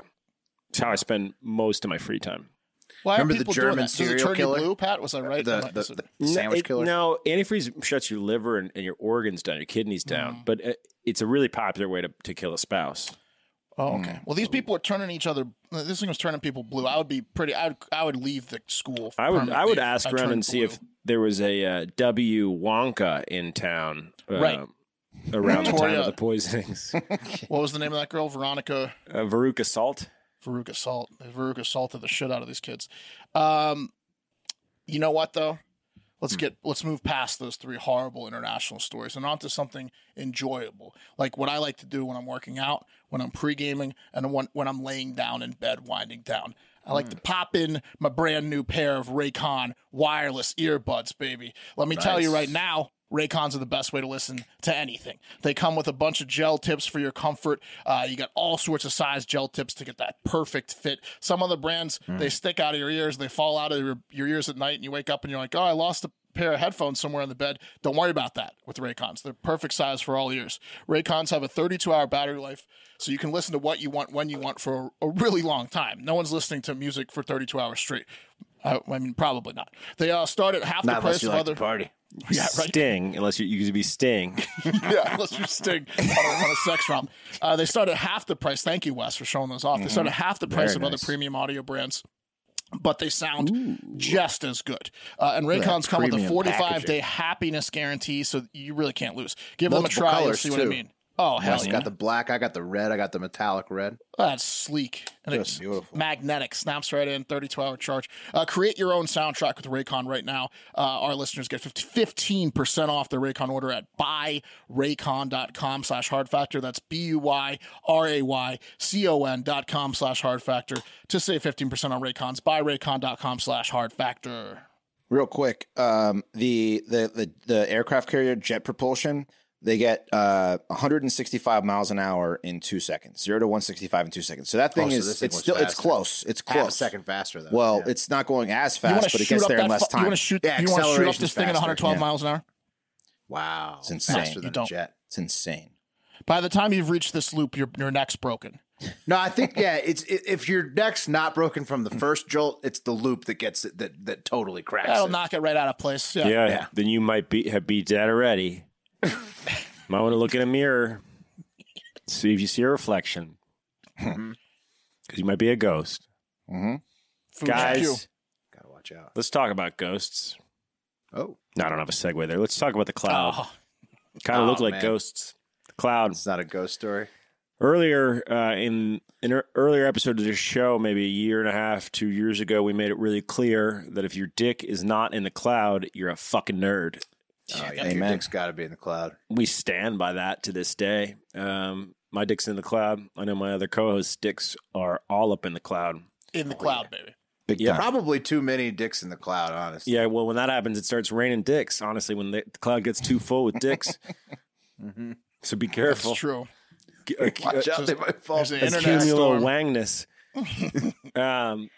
D: It's how I spend most of my free time.
B: Why
A: Remember the German
B: Does it
A: serial
B: turn you
A: killer?
B: blue, Pat? Was I right?
A: The,
B: Am I-
A: the,
B: is it-
A: the sandwich
D: it-
A: killer.
D: No, antifreeze shuts your liver and, and your organs down, your kidneys down. But it, it's a really popular way to, to kill a spouse.
B: oh, okay.
D: Mm,
B: Well, these people are turning each other. This thing was turning people blue. I would be pretty. I would. I would leave the school.
D: I would I
B: permanently
D: would
B: if
D: ask
B: I
D: around
B: turned
D: and see if
B: blue.
D: there was a uh, W Wonka in town. uh,
B: Right.
D: Around the time
B: Victoria.
D: of the poisonings,
B: what was the name of that girl, Veronica.
D: uh, Veruca Salt.
B: Veruca Salt. Veruca salted the shit out of these kids. Um, you know what though? Let's get let's move past those three horrible international stories and onto something enjoyable, like what I like to do when I'm working out, when I'm pre gaming, and when when I'm laying down in bed winding down. I like to pop in my brand new pair of Raycon wireless earbuds, baby. Let me tell you right now, Raycons are the best way to listen to anything. They come with a bunch of gel tips for your comfort. Uh, you got all sorts of size gel tips to get that perfect fit. Some of the brands, they stick out of your ears, they fall out of your, your ears at night, and you wake up and you're like, oh, I lost a pair of headphones somewhere in the bed. Don't worry about that with Raycons. They're perfect size for all ears. Raycons have a 32 hour battery life, so you can listen to what you want when you want for a, a really long time. No one's listening to music for 32 hours straight. I, I mean, probably not. They uh, start at half the price of other.
A: party.
B: Yeah, right.
D: Sting, unless you, you could be Sting.
B: yeah, unless you sting on a, on a sex romp. Uh, they start at half the price. Thank you, Wes, for showing those off. They start
A: Mm-hmm.
B: at half the price of other premium audio brands. But they sound just as good. Uh, and Raycons come with a
A: premium
B: 45
A: packaging.
B: day happiness guarantee, so you really can't lose. Give
A: Multiple
B: them a try. You'll
A: colors,
B: see what I
A: too.
B: mean. Oh, hell
A: Wes
B: yeah.
A: got the black. I got the red. I got the metallic red.
B: Oh, That's sleek. And it's
C: beautiful.
B: magnetic. Snaps right in, 32 hour charge. Uh, create your own soundtrack with Raycon right now. Uh, our listeners get 50, 15% off their Raycon order at buyraycon.com slash hard factor. That's B-U-Y-R-A-Y-C-O-N dot com slash hard factor to save 15% on Raycons. Buyraycon.com slash hard factor.
C: Real quick, um, the, the the the aircraft carrier jet propulsion they get uh, 165 miles an hour in two seconds, zero to 165 in two seconds. So that thing
A: Oh, so
C: is
A: this thing
C: it's
A: was
C: still it's
A: faster.
C: close, it's close.
A: Half a second faster though.
C: Well,
A: Yeah.
C: it's not going as
B: You
C: fast,
B: wanna
C: but it gets there in
B: that
C: less
B: fu-
C: time.
B: You want to shoot,
A: Yeah,
B: you wanna shoot up
A: acceleration's
B: this thing at
A: faster,
B: 112
C: yeah.
B: miles an hour?
A: wow,
C: It's insane.
A: faster
C: You
A: than a
B: don't-
A: jet.
C: It's insane.
B: By the time you've reached this loop, your, your neck's broken.
A: No, I think yeah. It's i if your neck's not broken from the first jolt, it's the loop that gets it that that totally cracks.
B: That'll
A: it.
B: knock it right out of place.
D: Yeah,
B: yeah.
D: then you might be have beat that already. might want to look in a mirror, see if you see a reflection,
B: Mm-hmm.
D: because you might be a ghost.
B: Food HQ.
D: Guys,
A: Gotta watch out.
D: let's talk about ghosts.
A: Oh,
D: No, I don't have a segue there. Let's talk about the cloud.
B: Oh,
D: kind of
A: Oh,
D: look like
A: man.
D: ghosts. The cloud.
A: it's not a ghost story.
D: Earlier uh, in in an earlier episode of this show, maybe a year and a half, two years ago, we made it really clear that if your dick is not in the cloud, you're a fucking nerd.
A: Oh, yeah, Your
C: Amen.
A: dick's got to be in the cloud.
D: we stand by that to this day. Um, my dick's in the cloud. I know my other co-hosts' dicks are all up in the cloud.
B: in the cloud, baby.
C: Big
D: Yeah.
C: time.
A: Probably too many dicks in the cloud. Honestly,
D: Yeah, well, when that happens, it starts raining dicks. Honestly, when the, the cloud gets too full with dicks, so be
B: Mm-hmm. That's
D: careful.
B: true.
D: G- uh, c- uh,
A: watch out. They might fall.
B: There's an internet
D: Accumulo
B: storm.
D: wangness. um,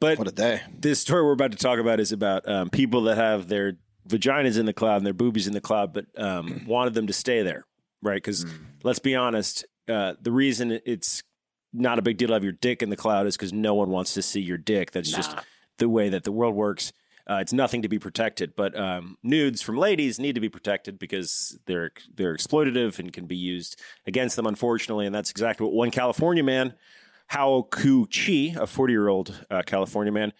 D: but
C: What a day.
D: this story we're about to talk about is about um, people that have their vaginas in the cloud and their boobies in the cloud, but um, wanted them to stay there, right? Because let's be honest, uh, the reason it's not a big deal to have your dick in the cloud is because no one wants to see your dick. That's just the way that the world works. Uh, it's nothing to be protected, but um, nudes from ladies need to be protected because they're they're exploitative and can be used against them, unfortunately. And that's exactly what one California man, Hao Ku Chi, a forty year old uh, California man,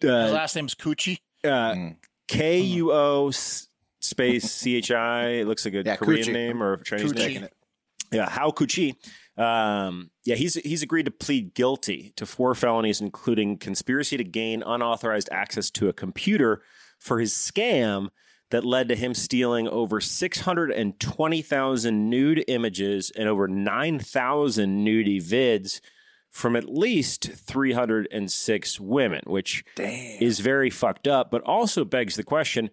B: His
D: uh,
B: last name's Coochie.
D: uh, K U O s- space C H I. It looks like a
A: Yeah,
D: Korean
A: Coochie.
D: name or a Chinese
B: Coochie.
D: name. Yeah, Hao Kuchi. Um, yeah, he's he's agreed to plead guilty to four felonies, including conspiracy to gain unauthorized access to a computer for his scam that led to him stealing over 620,000 nude images and over 9,000 nudie vids from at least 306 women, which is very fucked up, but also begs the question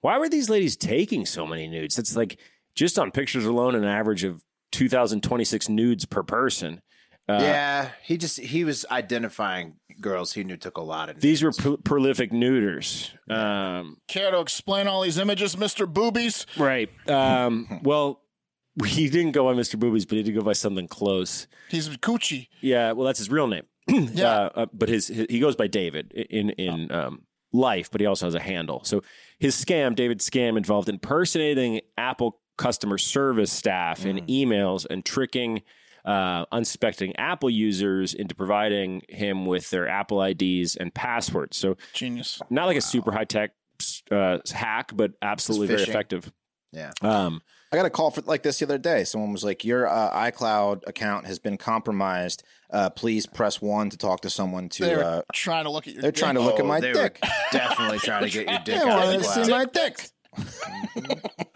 D: why were these ladies taking so many nudes? It's like just on pictures alone, an average of 2,026 nudes per person. Uh,
A: yeah, he just he was identifying girls he knew took a lot of.
D: These were pro- prolific neuters. Um,
B: Care to explain all these images, Mister Boobies?
D: Right. Um, well, he didn't go by Mr. Boobies, but he did go by something close.
B: He's coochie.
D: Yeah. Well, that's his real name. yeah. Uh, uh, but his, his- he goes by David in in
A: Oh.
D: um, life, but he also has a handle. So his scam, David scam, involved impersonating Apple customer service staff in
A: Mm.
D: emails and tricking. Uh, unsuspecting Apple users into providing him with their Apple IDs and passwords. So,
B: Genius.
D: not like a super high tech uh, hack, but absolutely very
A: phishing.
D: effective.
A: Yeah.
D: Um,
C: I got a call for like this the other day. Someone was like, "Your uh, iCloud account has been compromised. Uh, please press one to talk to someone to."
B: They're
C: uh,
B: trying to look at your.
C: they're trying to look at my
A: they
C: dick.
A: were definitely trying to get your dick out
C: They want
A: of
C: to
A: the
C: see
A: cloud.
C: my dick.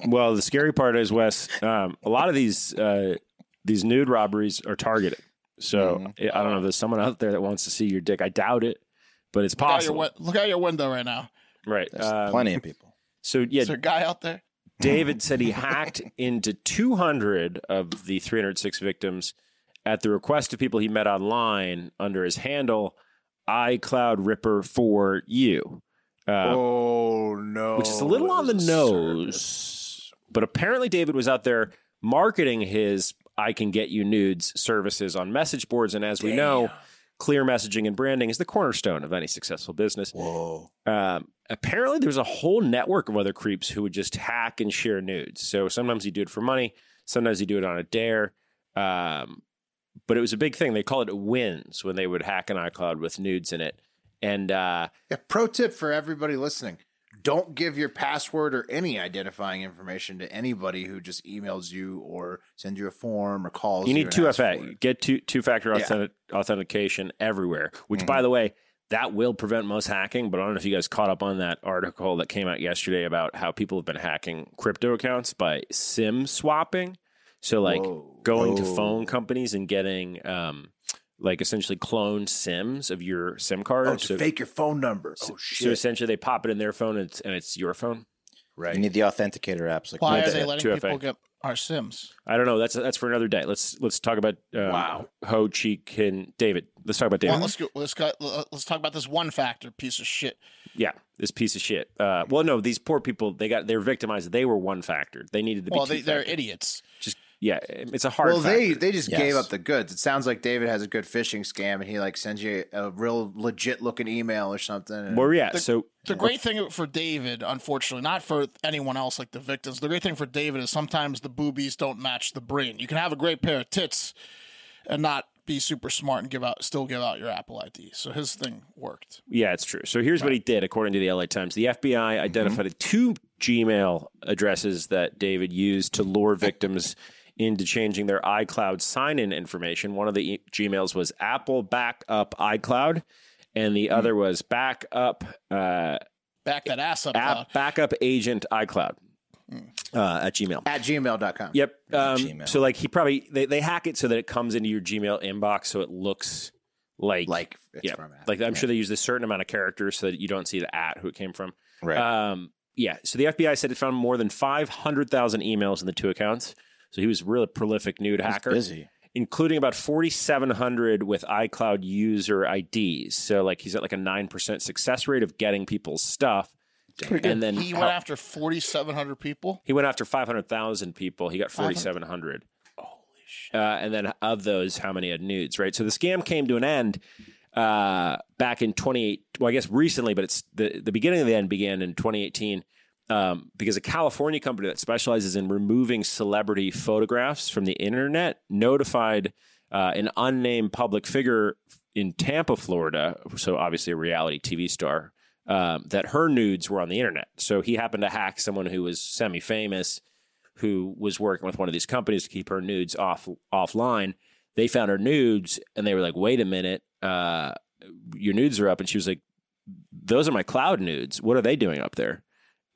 D: Well, the scary part is Wes. Um, a lot of these uh, these nude robberies are targeted. So
C: Mm-hmm.
D: I I don't know if there's someone out there that wants to see your dick. I doubt it, but it's
B: Look out, your,
D: possible.
B: win- look out your window right now.
D: Right.
C: There's
D: Um,
C: plenty of people.
D: So yeah,
B: Is there a guy out there?
D: David said he hacked into 200 of the 306 victims at the request of people he met online under his handle iCloud Ripper for you. Uh,
A: Oh no!
D: which is a little on the
A: Service.
D: nose. But apparently, David was out there marketing his "I can get you nudes" services on message boards, and as we know, clear messaging and branding is the cornerstone of any successful business.
C: Whoa.
D: Um, apparently, there was a whole network of other creeps who would just hack and share nudes. So sometimes you do it for money, sometimes you do it on a dare. Um, but it was a big thing. They call it wins when they would hack an iCloud with nudes in it. And uh,
A: Yeah, pro tip for everybody listening: don't give your password or any identifying information to anybody who just emails you or sends you a form or calls.
D: you need
A: and
D: two
A: asks
D: FA.
A: for it.
D: Get two two factor
A: Yeah. Mm-hmm.
D: authentic, authentication everywhere. Which, by the way, that will prevent most hacking. But I don't know if you guys caught up on that article that came out yesterday about how people have been hacking crypto accounts by SIM swapping. So like going
A: Oh.
D: to phone companies and getting um, like essentially cloned SIMs of your SIM card.
A: Oh, to
D: so,
A: fake your phone number. Oh
D: so
A: shit!
D: essentially, they pop it in their phone and it's, and it's your phone.
C: You need the authenticator apps. Like
B: Why
C: Meta.
B: are they letting
D: 2FA.
B: people get our Sims?
D: I don't know. That's that's for another day. Let's let's talk about um,
A: Wow.
D: Ho Chi Kin David. Let's talk about David.
B: Well, let's go, let's go, let's talk about this one factor piece of shit.
D: Yeah, this piece of shit. Uh, well, no, these poor people. They got they were victimized. They were one factor. They needed to be.
B: Well,
D: two
B: they, they're
D: factor.
B: idiots.
D: Just yeah, it's a hard.
A: Well, they
D: factor.
A: they just gave
C: Yes.
A: up the goods. It sounds like David has a good phishing scam, and he like sends you a real legit looking email or something. and-
D: Well, yeah. so
B: The great thing for David, unfortunately, not for anyone else like the victims, the great thing for David is sometimes the boobies don't match the brain. You can have a great pair of tits and not be super smart and give out still give out your Apple ID. So his thing worked.
D: yeah, it's true. So here's what he did, according to the LA Times. The FBI
B: Mm-hmm.
D: identified two Gmail addresses that David used to lure victims into changing their iCloud sign-in information. One of the e- Gmails was Apple Backup iCloud, and
B: Mm-hmm.
D: the other was Backup. Uh,
B: Back that ass up. Cloud.
D: app backup agent iCloud
B: Mm.
D: uh, at Gmail.
A: at gmail.com.
D: Yep. Um,
C: Gmail.
D: So like he probably they, they hack it so that it comes into your Gmail inbox so it looks like
A: Like it's
D: yeah,
A: from Apple.
D: like I'm sure they use a certain amount of characters so that you don't see the at who it came from.
C: Right.
B: uh,
D: Um, yeah. So the FBI said it found more than 500,000 emails in the two accounts. So he was a really prolific nude hacker
C: busy.
D: including about 4,700 with iCloud user IDs. So like he's at like a 9% success rate of getting people's stuff. And then
B: he went after 4,700 people.
D: he went after 500,000 people. He got 4,700. Holy shit. Uh, and then of those, how many had nudes, right? So the scam came to an end uh, back in 28. Well, I guess recently, but it's the, the beginning of the end began in 2018 um, because a California company that specializes in removing celebrity photographs from the internet notified uh, an unnamed public figure in Tampa, Florida. So obviously a reality TV star um, that her nudes were on the internet. So he happened to hack someone who was semi famous who was working with one of these companies to keep her nudes off offline. They found her nudes and they were like, wait a minute, uh, your nudes are up. And she was like, those are my cloud nudes. What are they doing up there?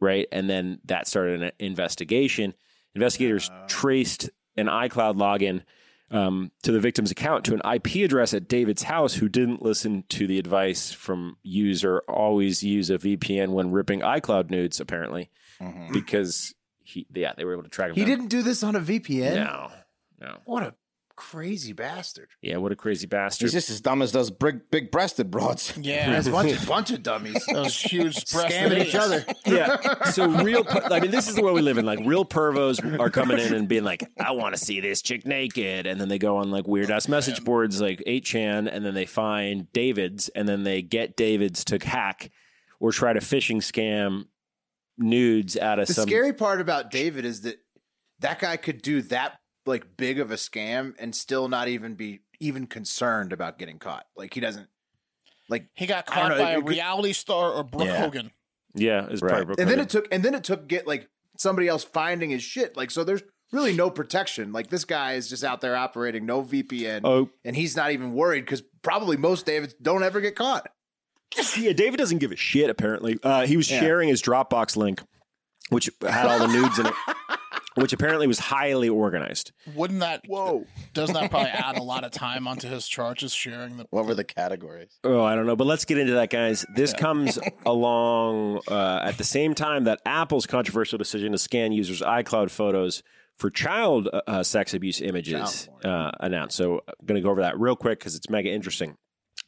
D: Right. And then that started an investigation. Investigators traced an iCloud login um, to the victim's account to an IP address at David's house who didn't listen to the advice from user always use a VPN when ripping iCloud nudes, apparently, because he, yeah, they were able to track him
A: He
D: down.
A: didn't do this on a VPN.
D: No, no.
A: What a crazy bastard.
D: Yeah, what a crazy bastard.
C: He's just as dumb as those big, big-breasted broads.
B: Yeah,
A: There's a bunch of, bunch of dummies
B: those huge
A: scamming each other.
D: yeah. So real, per- I mean, this is the world we live in. Like real pervos are coming in and being like, "I want to see this chick naked," and then they go on like weird ass message boards like 8chan, and then they find David's, and then they get David's to hack or try to phishing scam nudes out of
A: The
D: some.
A: scary part about David is that that guy could do that like big of a scam and still not even be even concerned about getting caught. Like he doesn't like
B: He got
A: I don't
B: caught
A: know,
B: by
A: it
B: a
A: could-
B: reality star or Brooke
C: Yeah.
B: Hogan.
D: yeah, it's
C: Right.
D: probably
A: and then it took and then it took get like somebody else finding his shit. Like so there's really no protection. Like this guy is just out there operating no VPN
D: Oh.
A: and he's not even worried cuz probably most Davids don't ever get caught.
D: Oh, yeah, David doesn't give a shit. Apparently, uh, he was sharing his Dropbox link, which had all the nudes in it, which apparently was highly organized.
B: Wouldn't that? Whoa! Doesn't that probably add a lot of time onto his charges? Sharing the
C: What were the categories?
D: Oh, I don't know, but let's get into that, guys. This comes along uh, at the same time that Apple's controversial decision to scan users' iCloud photos for child uh, uh, sex abuse images uh, announced. So I'm going to go over that real quick because it's mega interesting.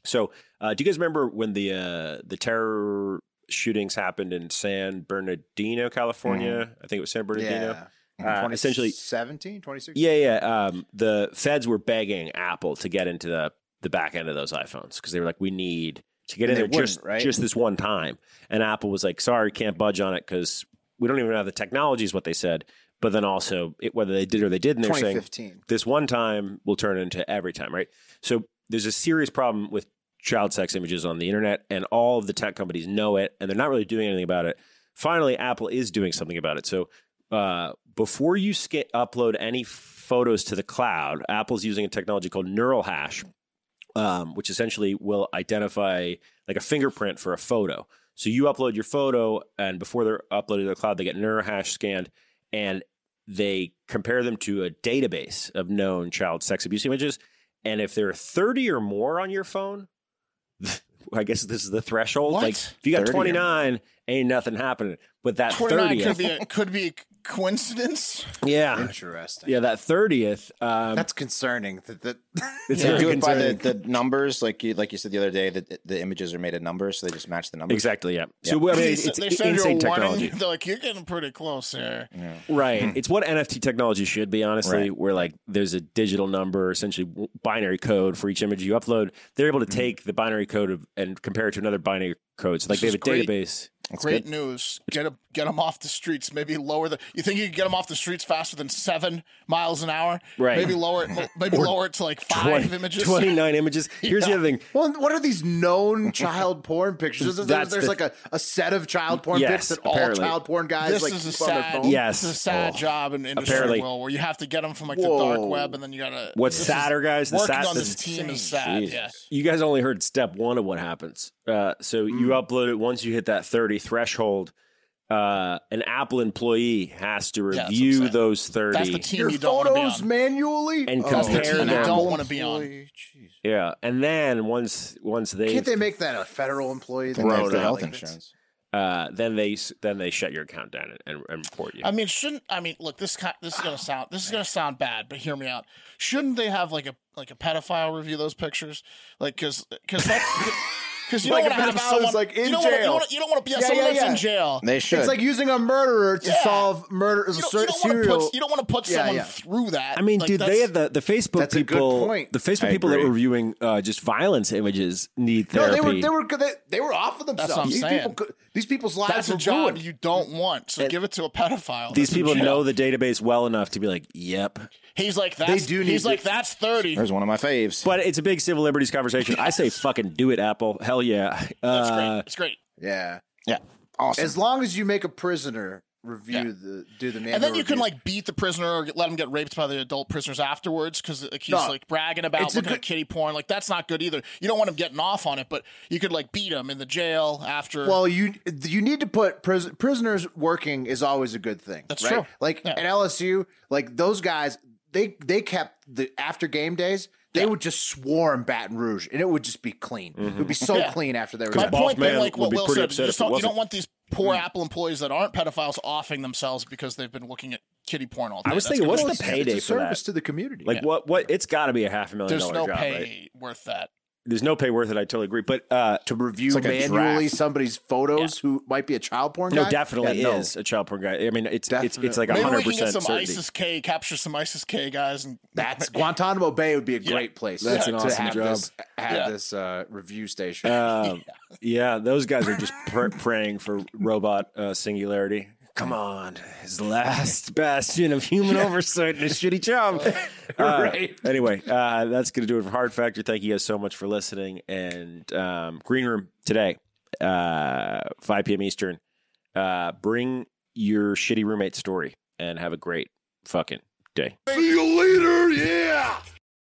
D: So, uh, do you guys remember when the uh, the terror shootings happened in San Bernardino, California? I think it was San Bernardino. Uh, essentially,
A: 17, 2016.
D: yeah, yeah. Um, the feds were begging Apple to get into the the back end of those iPhones because they were like, we need to get
A: And
D: in there
A: they wouldn't,
D: just
A: right?
D: just this one time. And Apple was like, sorry, can't budge on it because we don't even have the technology, is what they said. But then also, it, whether they did or they didn't, they're saying
A: 2015.
D: this one time will turn into every time, right? So there's a serious problem with child sex images on the internet, and all of the tech companies know it, and they're not really doing anything about it. Finally, Apple is doing something about it. So uh, before you sca- upload any photos to the cloud, Apple's using a technology called Neural Hash, um, which essentially will identify like a fingerprint for a photo. So you upload your photo, and before they're uploaded to the cloud, they get NeuroHash scanned, and they compare them to a database of known child sex abuse images. And if there are 30 or more on your phone, I guess this is the threshold.
B: What?
D: Like if you got
C: 30 or more.
D: 29, ain't nothing happening. But that
B: twenty nine
D: 30th,
B: could be a, could be a coincidence.
D: yeah,
A: Interesting.
D: yeah, that 30th, um,
A: That's concerning that, that
D: it's
C: They
D: very
C: do it by the,
D: concerning.
C: the numbers, like you, like you said the other day, that the images are made of numbers, so they just match the numbers.
D: Exactly. Yeah. So I mean,
B: They
D: it's,
B: s-
D: it's
B: they send you a
D: insane
B: warning.
D: technology.
B: They're like, you're getting pretty close here. Hmm.
D: Right. It's what NFT technology should be, honestly,
C: Right.
D: where like there's a digital number, essentially w- binary code for each image you upload. They're
B: Hmm.
D: able to take the binary code of, and compare it to another binary code. So like
B: This
D: they have
B: is
D: a
B: great.
D: database.
B: Great news. Get a, get them off the streets. Maybe lower the. You think you can get them off the streets faster than seven miles an hour?
D: Right.
B: Maybe lower it. Maybe lower it to like five
D: 20
B: images.
D: 29 images. Here's the other thing.
A: Well, what are these known child porn pictures? There's, there's,
D: That's the-
A: like a, a set of child porn
D: Yes,
A: pics that all
D: apparently.
A: child porn guys
B: This
A: like
B: is a
A: keep on their
B: sad.
A: phone.
D: Yes.
B: This is a sad
D: Oh.
B: job in industry
D: Apparently.
B: world where you have to get them from like the
A: Whoa.
B: dark web, and then you gotta.
D: What's
B: this is-
D: sadder, guys? The
B: Working
D: sad-
B: on
D: the-
B: this team is sad. Yeah.
D: You guys only heard step one of what happens. Uh, so you
A: Mm.
D: upload it once you hit that 30 threshold. Uh, an Apple employee has to
B: that's what I'm
D: review
B: saying.
D: those 30.
B: That's the team
A: Your
B: you don't want to be on.
A: photos manually
D: And
A: Oh.
B: That's the
D: compare
B: team you
D: them.
B: don't want to be on.
C: Jeez.
D: Yeah, and then once once they,
A: Can't they make that a federal employee?
C: Then they have
A: Like,
C: the health
A: that's-
C: insurance.
D: uh, then they s- then they shut your account down and, and, and report you.
B: I mean, shouldn't I mean? Look, this kind, this is gonna sound this is gonna sound bad, but hear me out. Shouldn't they have like a like a pedophile review those pictures? Like, cause cause that because you
A: Like
B: don't
A: a
B: want to
A: pedophile
B: have
A: is,
B: someone
A: like, in
B: you don't wanna- you
A: jail.
B: don't wanna- you don't want to be
A: Yeah,
B: someone
A: yeah,
B: that's
A: yeah.
B: in jail.
C: They should.
A: It's like using a murderer to
B: Yeah.
A: solve murder as
B: you
A: a
B: don't,
A: ser-
B: you don't want to
A: serial.
B: put you don't want to put
A: Yeah,
B: someone
A: yeah.
B: through that.
D: I mean,
B: Like,
D: dude,
B: that's-
D: they had the the Facebook
A: That's a good
D: people.
A: point.
D: The Facebook
C: I
D: people that
C: agree.
D: were viewing uh, just violence images need
A: No, they
D: therapy.
A: were they were they, they were off of themselves.
B: what I'm
A: these
B: saying.
A: people could, these people's lives
B: that's
A: were
B: a job
A: ruined.
B: you don't want. So give it to a pedophile.
D: These
B: that's in
D: people
B: jail.
D: know the database well enough to be like, "Yep."
B: He's like that's,
A: do need
B: He's like
A: to-
B: that's thirty.
C: There's one of my faves.
D: But it's a big civil liberties conversation. I say, "Fucking do it, Apple." Hell yeah.
B: That's
D: Uh,
B: great. It's great.
A: yeah,
C: yeah, awesome.
A: as long as you make a prisoner review the do the manual
B: and then you can
A: review.
B: like beat the prisoner or get- let him get raped by the adult prisoners afterwards because like, he's
A: No.
B: like bragging about
A: It's a
B: looking
A: good-
B: at kitty porn. Like that's not good either. You don't want him getting off on it, but you could like beat him in the jail after.
A: Well, you you need to put pris- prisoners working is always a good thing.
B: That's
A: right?
B: true.
A: Like
B: Yeah.
A: at LSU, like those guys, they they kept the after game days. They would just swarm Baton Rouge, and it would just be clean. It would be so
B: Mm-hmm. Yeah.
A: clean after they were.
B: my
A: done.
D: boss
B: point being
D: man
B: like
D: would
B: what
D: be
B: Will said.
D: pretty
B: You,
D: upset if
B: just
D: it
B: don't, you
D: wasn't. Mm-hmm.
B: don't want these poor Apple employees that aren't pedophiles offing themselves because they've been looking at kitty porn all day.
D: I was
B: That's
D: thinking,
B: gonna
D: what's
B: be-
D: the
A: It's-
D: payday
A: it's a
D: for that?
A: service to the community.
D: Like what? What? It's got to be a half a million
B: There's
D: dollar
B: no
D: job,
B: pay
D: right?
B: worth that.
D: There's no pay worth it. I totally agree. But uh,
A: to review
C: It's like a
A: manually
C: draft.
A: somebody's photos who might be a child porn
D: no,
A: guy?
D: definitely
A: Yeah, no.
D: is a child porn guy. I mean, it's it's it's
A: Definitely.
D: like
B: Maybe
D: hundred
B: we can get
D: percent
B: some
D: certainty.
B: ISIS K, capture some ISIS K guys, and
A: That's Guantanamo Bay would be a great place.
D: That's
A: to,
D: an awesome
A: have
D: job.
A: This, have
B: Yeah.
A: this uh, review station.
D: Um, yeah, those guys are just pr- praying for robot uh, singularity. Come on, his last bastion of human oversight and a shitty job. Uh,
A: Right.
D: Anyway, uh, that's going to do it for Hard Factor. Thank you guys so much for listening. And um, Green Room today, uh, 5 p.m. Eastern. Uh, bring your shitty roommate story and have a great fucking day.
E: See you later, yeah!